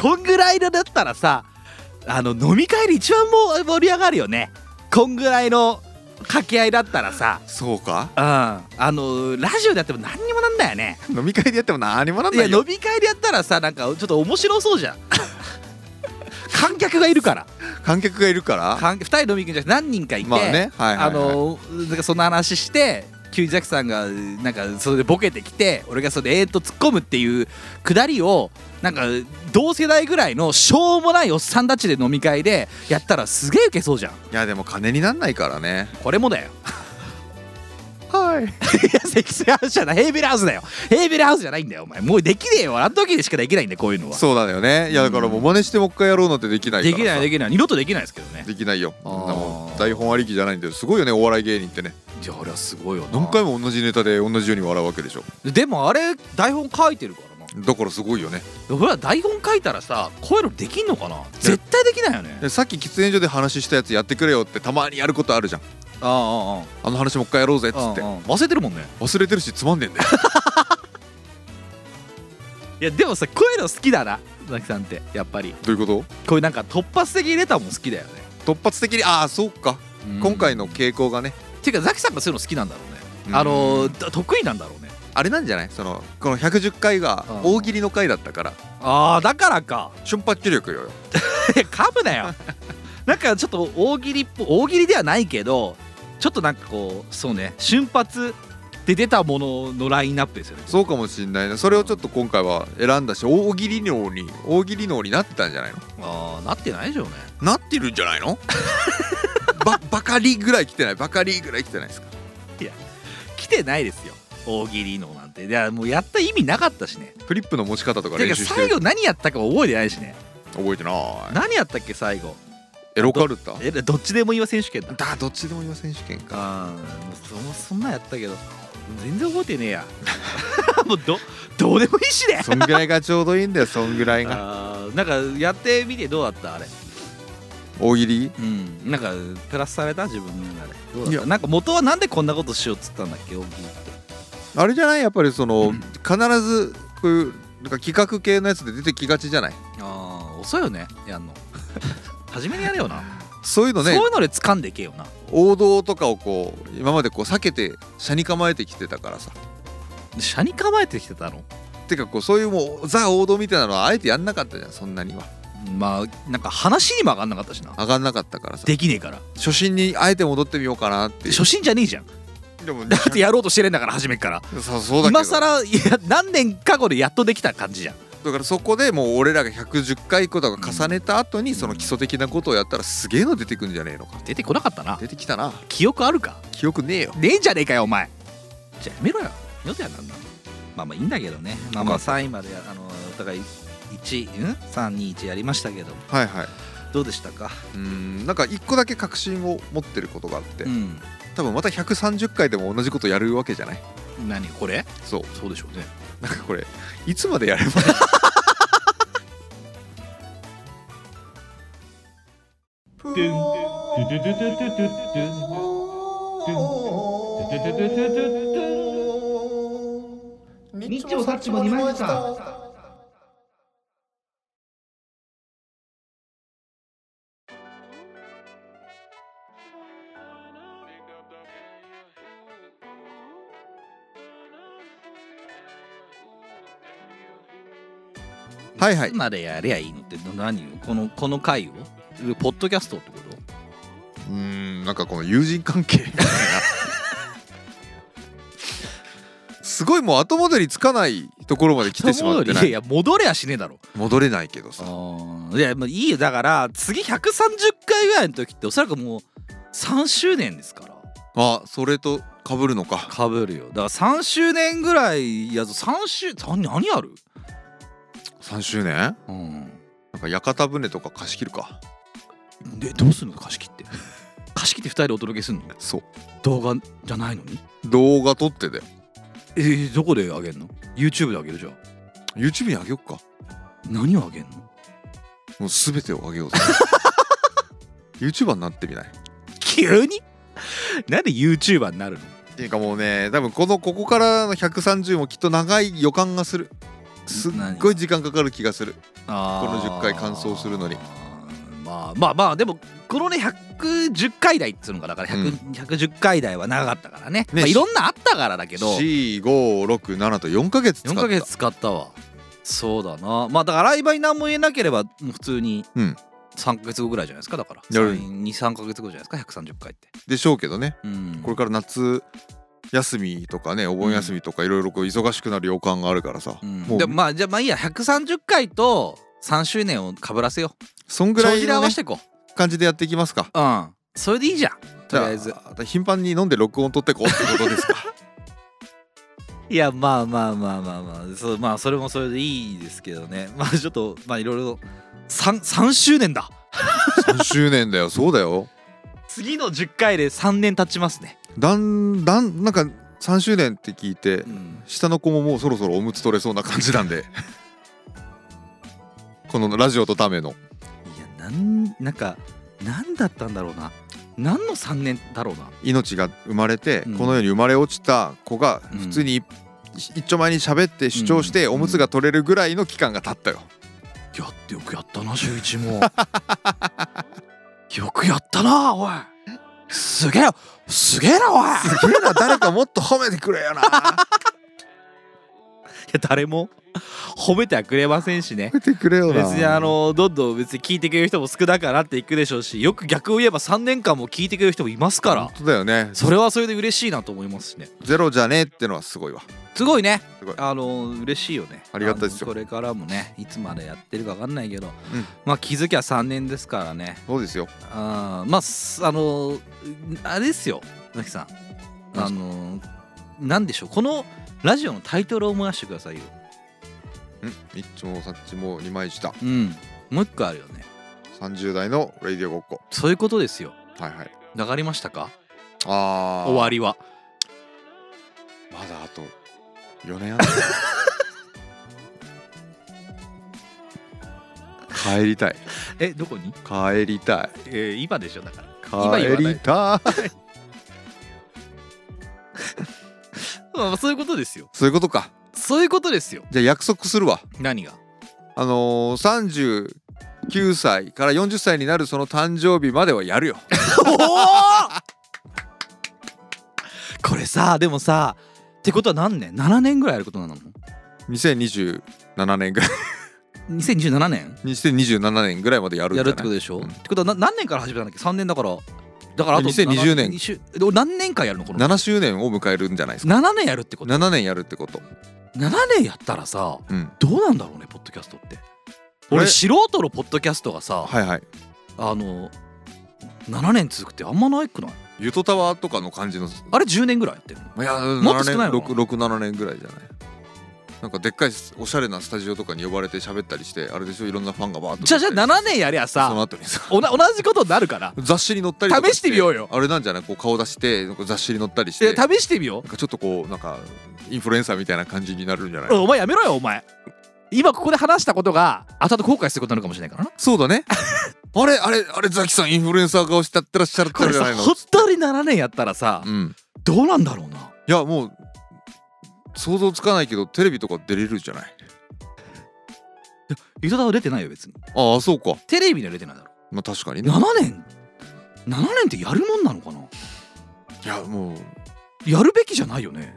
S2: こんぐらいのだったらさあの飲み会で一番もう盛り上がるよねこんぐらいの掛け合いだったらさ
S1: そうか
S2: うんあのラジオでやっても何にもなんだよね
S1: 飲み会でやっても何もなん
S2: ないよいや飲み会でやったらさなんかちょっと面白そうじゃ ん観客がいるから
S1: 観客がいるから
S2: 2人飲み行くんじゃなくて何人かいて、
S1: まあねはいはいはい
S2: あのなんかそんな話して急にザキさんがなんかそれでボケてきて俺がそれでえーっと突っ込むっていうくだりをなんか同世代ぐらいのしょうもないおっさんたちで飲み会でやったらすげえウケそうじゃん
S1: いやでも金になんないからね
S2: これもだよ
S1: はい
S2: いや積水ハウスじゃないヘーベルハウスだよヘーベルハウスじゃないんだよお前もうできねえよあの時でしかできないんだよこういうのは
S1: そうだよねいやだからもう真似してもう一回やろうなんてできないから
S2: で
S1: さ
S2: きないできない二度とできないですけどね
S1: できないよそんなもん台本ありきじゃないんだよすごいよねお笑い芸人ってね
S2: いやあれはすごいよ
S1: 何回も同じネタで同じように笑うわけでしょ
S2: でもあれ台本書いてるから
S1: なだからすごいよね
S2: 俺ら台本書いたらさこういうのできんのかな絶対できないよね
S1: でさっき喫煙所で話したやつやってくれよってたまにやることあるじゃん
S2: あああ
S1: あの話もう一回やろうぜっつって
S2: うんうん忘れてるもんね
S1: 忘れてるしつまんねえんだ よ
S2: いやでもさこういうの好きだなザキさんってやっぱり
S1: どういうこと
S2: こういうなんか突発的にレターも好きだよね
S1: 突発的にああそうか今回の傾向がね
S2: っていうかザキさんがそういうの好きなんだろうね
S1: うん
S2: あのーだ得意なんだろうね
S1: あれなんじゃないそのこの110回が大喜利の回だったから
S2: ああだからか
S1: 瞬発力よよ
S2: いや噛むな よなんかちょっと大喜利っぽ大喜利ではないけどちょっとなんかこうそうね瞬発で出たもののラインナップですよね
S1: そうかもしんないねそれをちょっと今回は選んだし大喜利能に大喜利能になってたんじゃないの
S2: ああなってないでしょうね
S1: なってるんじゃないの ばバカリぐらい来てないバカリぐらい来てないですか
S2: 来てないですよ大喜利のなんていやもうやった意味なかったしね
S1: フリップの持ち方とか
S2: て
S1: 練
S2: か
S1: 習して
S2: 最
S1: る
S2: 後何やったか覚えてないしね
S1: 覚えてない
S2: 何やったっけ最後
S1: エロカルタ
S2: えどっちでもいいわ選手権だ
S1: だどっちでもいいわ選手権か
S2: あーもうそもうそんなんやったけど全然覚えてねえや もうどどうでもいいしね
S1: そんぐらいがちょうどいいん だよそんぐらいが
S2: あーなんかやってみてどうだったあれ
S1: 大喜利
S2: うんなんかプラスされた自分の中でどうだっ
S1: い
S2: た
S1: や
S2: なんか元はなんでこんなことしようっつったんだっけ大喜利って
S1: あれじゃないやっぱりその、必ずこういうなんか企画系のやつで出てきがちじゃない
S2: ああ遅いよねや んの初めにやれよな
S1: そういうのね
S2: そういうので掴んでいけよな
S1: 王道とかをこう今までこう避けて車に構えてきてたからさ
S2: 車に構えてきてたの
S1: てかこうそういうもうザ王道みたいなのはあえてやんなかったじゃんそんなには
S2: まあなんか話にも上がんなかったしな
S1: 上がんなかったからさ
S2: できねえから
S1: 初心にあえて戻ってみようかなっていう
S2: 初心じゃねえじゃん
S1: でも
S2: だってやろうとしてるんだから初めっから
S1: さそうだけど
S2: 今更いや何年か後でやっとできた感じじゃん
S1: だからそこでもう俺らが110回ことが重ねた後にその基礎的なことをやったらすげえの出てくんじゃねえのか
S2: 出てこなかったな
S1: 出てきたな
S2: 記憶あるか
S1: 記憶ねえよ
S2: ねえじゃねえかよお前じゃあやめろよ二度とやなんなまあまあいいんだけどねまあまあ
S1: よか
S2: 3位までやあのお互い1うん321やりましたけど
S1: はいはい
S2: どうでしたか
S1: うんなんか一個だけ確信を持ってることがあって、
S2: うん
S1: 多分また130回でも同じことやるわけじゃない
S2: 何これ
S1: そう
S2: そうでしょうね
S1: なんかこれいつまでやれば
S7: 日朝さっちも二枚舌
S1: はいはい
S2: つまでやりゃいいのって何をこのこの回をポッドキャストってこと
S1: うーんなんかこの友人関係みたいな すごいもう後戻りつかないところまで来てしまって
S2: い
S1: な
S2: やい
S1: い
S2: や戻れやしねえだろ
S1: 戻れないけどさ
S2: いやまあいいよだから次130回ぐらいの時っておそらくもう3周年ですから
S1: あそれとかぶるのか
S2: かぶるよだから3周年ぐらいやぞ3周何何ある
S1: 3周年
S2: うん
S1: なんか屋形船とか貸し切るか
S2: でどうするの貸し切 って貸し切って2人でお届けするの
S1: そう
S2: 動画じゃないのに
S1: 動画撮ってだよ
S2: えーどこであげんの YouTube であげるじゃん
S1: YouTube にあげよっか
S2: 何をあげんの
S1: もう全てをあげようぜ YouTuber になってみない
S2: 急になんで YouTuber になる
S1: っ
S2: の
S1: ていうかもうね多分このここからの130もきっと長い予感がするすっごい時間かかる気がする
S2: あ
S1: この10回完走するのに
S2: まあまあまあでもこのね110回台っつうのかだから100、110回台は長かったからねまあ、いろんなあったからだけど
S1: 4567と4ヶ月使っ
S2: 4
S1: た
S2: ヶ月使ったわそうだなまあだから相場に何も言えなければもう普通に
S1: うん
S2: 3ヶ月後ぐらいじゃないですかだから
S1: やる
S2: 23ヶ月後じゃないですか130回って
S1: でしょうけどね、
S2: こ
S1: れから夏休みとかねお盆休みとかいろいろこう忙しくなる予感があるからさ、もう
S2: でもまあじゃあまあいいや130回と3周年をかぶらせよう
S1: そんぐらいのね
S2: 帳尻合わせていこ
S1: 感じでやっていきますか
S2: うんそれでいいじゃんとりあえず
S1: 頻繁に飲んで録音取ってこうってことですか
S2: ういやまあまあまあまあまあそうまあそれもそれでいいですけどね まあちょっとまあいろいろ 3, 3周年だ
S1: 3周年だよそうだよ
S2: 次の10回で3年経ちますね
S1: だんだんなんか3周年って聞いて、下の子ももうそろそろおむつ取れそうな感じなんで このラジオとための
S2: なんなんか何だったんだろうな何の3年だろうな
S1: 命が生まれて、
S2: うん
S1: この世に生まれ落ちた子が普通にい一丁前に喋って主張しておむつが取れるぐらいの期間が経ったよ、
S2: よくやったな週一も よくやったなおいすげえすげえなおい
S1: すげえな誰かもっと 褒めてくれよな
S2: いや誰も褒めてはくれませんしね
S1: 褒めてくれよな
S2: 別にあのどんどん別に聞いてくれる人も少なくはなっていくでしょうしよく逆を言えば3年間も聞いてくれる人もいますから
S1: そうだよね
S2: それはそれで嬉しいなと思いますしね
S1: ゼロじゃねえってのはすごいわ
S2: すごいね
S1: すごい
S2: あの嬉しいよね
S1: ありがたいですよ
S2: あのこれからもねいつまでやってるか分かんないけど、まあ気づきゃ3年ですからね
S1: そうですよ
S2: あーまあすあのーあれですよ野木さんあのーなんでしょうこのラジオのタイトルを思い出してくださいよ
S1: ん一丁もさっちも二枚した
S2: うんもう一個あるよね
S1: 30代のレディオごっこ
S2: そういうことですよ
S1: はいはい
S2: 流れましたか
S1: あー
S2: 終わりは
S1: まだあと4年あ る帰りたい
S2: えどこに
S1: 帰りたい
S2: えー今でしょだから今言わ
S1: 帰
S2: な
S1: り
S2: い
S1: たい
S2: まあそういうことですよ
S1: そういうことか
S2: そういうことですよ
S1: じゃあ約束するわ
S2: 何が
S1: あのー、39歳から40歳になるその誕生日まではやるよ
S2: これさでもさってことは何年7年ぐらいやることなの
S1: 2027年ぐらい
S2: 2027年
S1: 2027年ぐらいまでやるんじゃ
S2: や
S1: な
S2: る
S1: い
S2: ってことでしょ、ってことはな何年から始めたんだっけ3年だからだからあと
S1: 2020年
S2: 7週え何年間やるのこの
S1: 7周年を迎えるんじゃないですか
S2: 7年やるってこと
S1: 7年やるってこと
S2: 7年やったらさ、
S1: うん
S2: どうなんだろうねポッドキャストって俺素人のポッドキャストがさ、
S1: はいはい
S2: あの7年続くってあんまないくない
S1: ゆとタワーとかの感じの
S2: あれ10年ぐらいやってる
S1: いや
S2: もっと少ないのか
S1: 67年ぐらいじゃないなんかでっかいおしゃれなスタジオとかに呼ばれて喋ったりしてあれでしょいろんなファンがバーッと
S2: じゃあじゃあ7年やりゃさ
S1: その後にさ
S2: おな同じことになるから
S1: 雑誌に載ったりとか
S2: 試してみようよ
S1: あれなんじゃないこう顔出してなんか雑誌に載ったりし
S2: いや
S1: て
S2: 試してみよ、
S1: なんかちょっとこうなんかインフルエンサーみたいな感じになるんじゃないう
S2: うんお前やめろよお前今ここで話したことが後々後悔することになるかもしれないからな
S1: そうだねあれあれあれザキさんインフルエンサー顔してやってらっしゃるって
S2: こ
S1: る
S2: れ
S1: じゃ
S2: さ
S1: ないの
S2: ほったりならねえやったらさ、どうなんだろうない
S1: やもう想像つかないけどテレビとか出れるじゃない
S2: 伊藤は出てないよ別に
S1: ああそうか
S2: テレビには出てないだろ
S1: まあ確かにね
S2: 7年7年ってやるもんなのかない
S1: やもう
S2: やるべきじゃない よね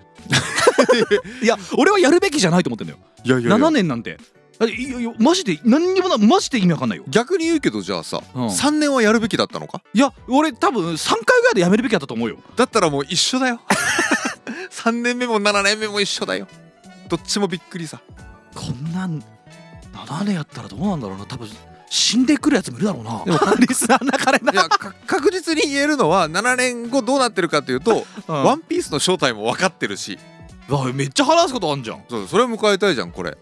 S2: いや俺はやるべきじゃないと思ってんだよ
S1: いやいやいや
S2: 7年なんてあいやいやマジで何にもなマジで意味わかんないよ
S1: 逆に言うけどじゃあさ、3年はやるべきだったのか
S2: いや俺多分3回ぐらいでやめるべきだったと思うよ
S1: だったらもう一緒だよ 3年目も7年目も一緒だよどっちもびっくり さ
S2: こんなん7年やったらどうなんだろうな多分死んでくるやつもいるだろうな リスナーの中でない
S1: やか確実に言えるのは7年後どうなってるかというと「ワンピースの正体も分かってるし
S2: わめっちゃ話すことあんじゃん
S1: そうそれを迎えたいじゃんこれ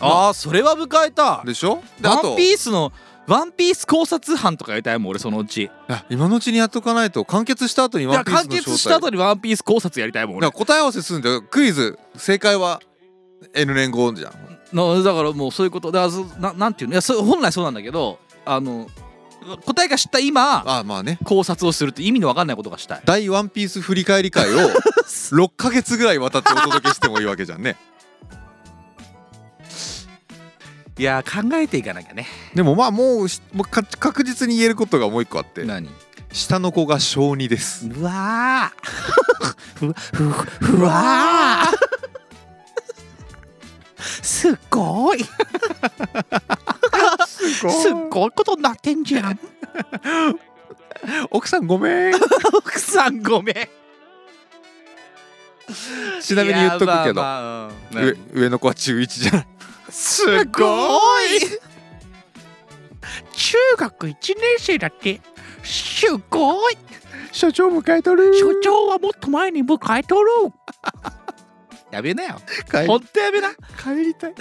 S2: ああそれは迎えた
S1: でしょで
S2: ワ
S1: あと
S2: ンピースのワンピース考察班とかやりたいもん俺そのうちい
S1: や今のうちにやっとかないと完結した後にワンピースの
S2: 完
S1: 正体
S2: 結した後にワンピース考察やりたいもん
S1: だ
S2: 俺
S1: から答え合わせするんだよクイズ正解は N 年後じゃん
S2: なだからもうそういうことだからそななんていうのいやそう本来そうなんだけどあの答えが知った今
S1: あまあ、ね、
S2: 考察をするって意味の分かんないことがしたい
S1: 大ワンピース振り返り会 を6ヶ月ぐらい渡ってお届けしてもいいわけじゃんね
S2: いやー考えていかなきゃね
S1: でもまあもうしもうか確実に言えることがもう一個あって
S2: 何
S1: 下の子が小2です
S2: うわ ーふわーすっ ごいす
S1: ごい
S2: ごいことになってんじゃん
S1: 奥さんごめ ん
S2: 奥さんごめん
S1: ちなみに言っとくけど、
S2: いやまあまあうん
S1: 上上の子は中1じゃない
S2: すごい中学1年生だってすごい
S1: 所長迎えとる
S2: 所長はもっと前に迎えとる やめなよほんとやめな
S1: 帰りたい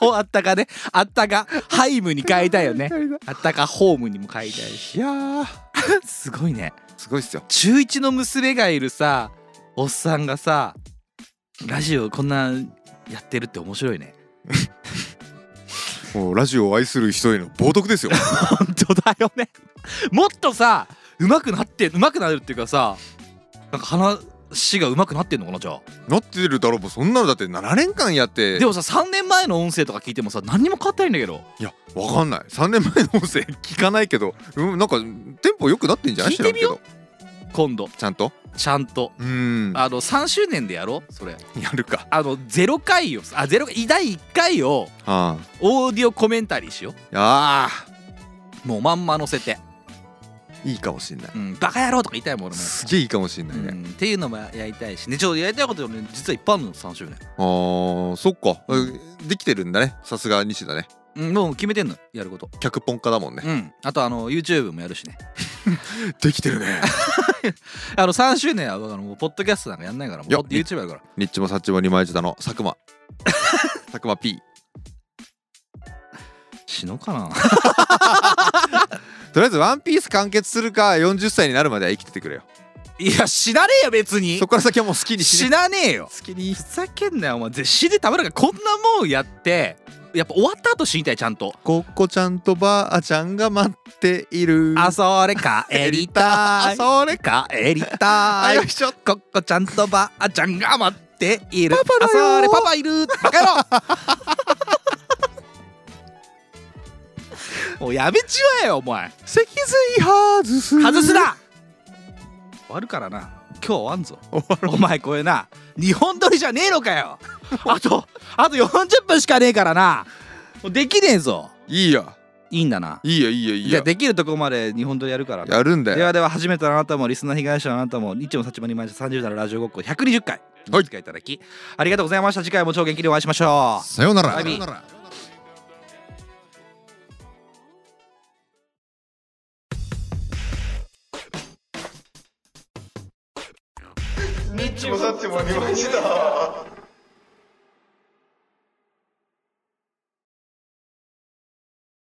S2: あったかねあったかハイムに変えたいよねあったかホームにも変えたいし
S1: いやー
S2: すごいね
S1: すごいっすよ
S2: 中1の娘がいるさおっさんがさラジオこんなやってるって面白いね
S1: もうラジオを愛する人への冒涜 ですよ
S2: もっとさ上手くなって上手くなるっていうかさなんか話が上手くなってんのかなじゃあ
S1: なってるだろうもうそんなのだって7年間やって
S2: でもさ3年前の音声とか聞いてもさ何にも変わってないんだけど
S1: いやわかんない3年前の音声聞かないけど、うん、なんかテンポ良くなってんじゃない
S2: 聞いてみよう
S1: 知らんけ
S2: 今度
S1: どちゃんと
S2: ちゃんと
S1: うーん
S2: あの3周年でやろうそれ
S1: やるか
S2: あの0回をあゼロ第1回を
S1: あ
S2: オーディオコメンタリーしよ
S1: あ
S2: うもうまんま載せて
S1: いいかもしんない、
S2: 「バカ野郎」とか言いたいもん俺も
S1: すげえいいかもしんないね、
S2: うんっていうのもやりたいしねちょっとやりたいことね実はいっぱいあるの3周年
S1: あーそっか、えできてるんだねさすが西だね
S2: うんもう決めてんのやること
S1: 脚本家だもんね、
S2: うんあとあの YouTube もやるしね
S1: できてるね
S2: あの3周年は僕あのもうポッドキャストなんかやんないからもう
S1: いや
S2: YouTube やるから
S1: ニッチもサッチも二枚舌の佐久間 佐久間 P
S2: 死のうかな
S1: とりあえず「ワンピース完結するか40歳になるまでは生きててくれよ
S2: いや死なねえよ別に
S1: そこから先はもう好きにし
S2: 死なねえよ
S1: 好きに
S2: ふざけんなよお前ぜ死んでたまるかこんなもんやってやっぱ終わった後死にたいちゃんと
S1: ここちゃんとばあちゃんが待っている
S2: あそれ帰りたい
S1: それ
S2: 帰りたい
S1: よいしょ
S2: ここちゃんとばあちゃんが待っている
S1: パパだよ
S2: あそれパパいるバカ野郎 もうやめちまえよお前
S1: 脊髄外す
S2: 外すな終わるからな今日終わんぞお前これな日本撮りじゃねえのか よあとあと40分しかねえからなもうできねえぞ
S1: いいや
S2: いいんだない
S1: いやいいやいい
S2: じゃあ
S1: や
S2: できるとこまで日本撮りやるからな
S1: やるんだ
S2: で
S1: よ
S2: はでは初めてのあなたもリスナー被害者のあなたも日もさちもにまい30代のラジオごっこ120回お付き合いいただきありがとうございました次回も超元気でお会いしましょう
S1: さようなら
S2: バイビー
S7: ニッチもサッチも二枚舌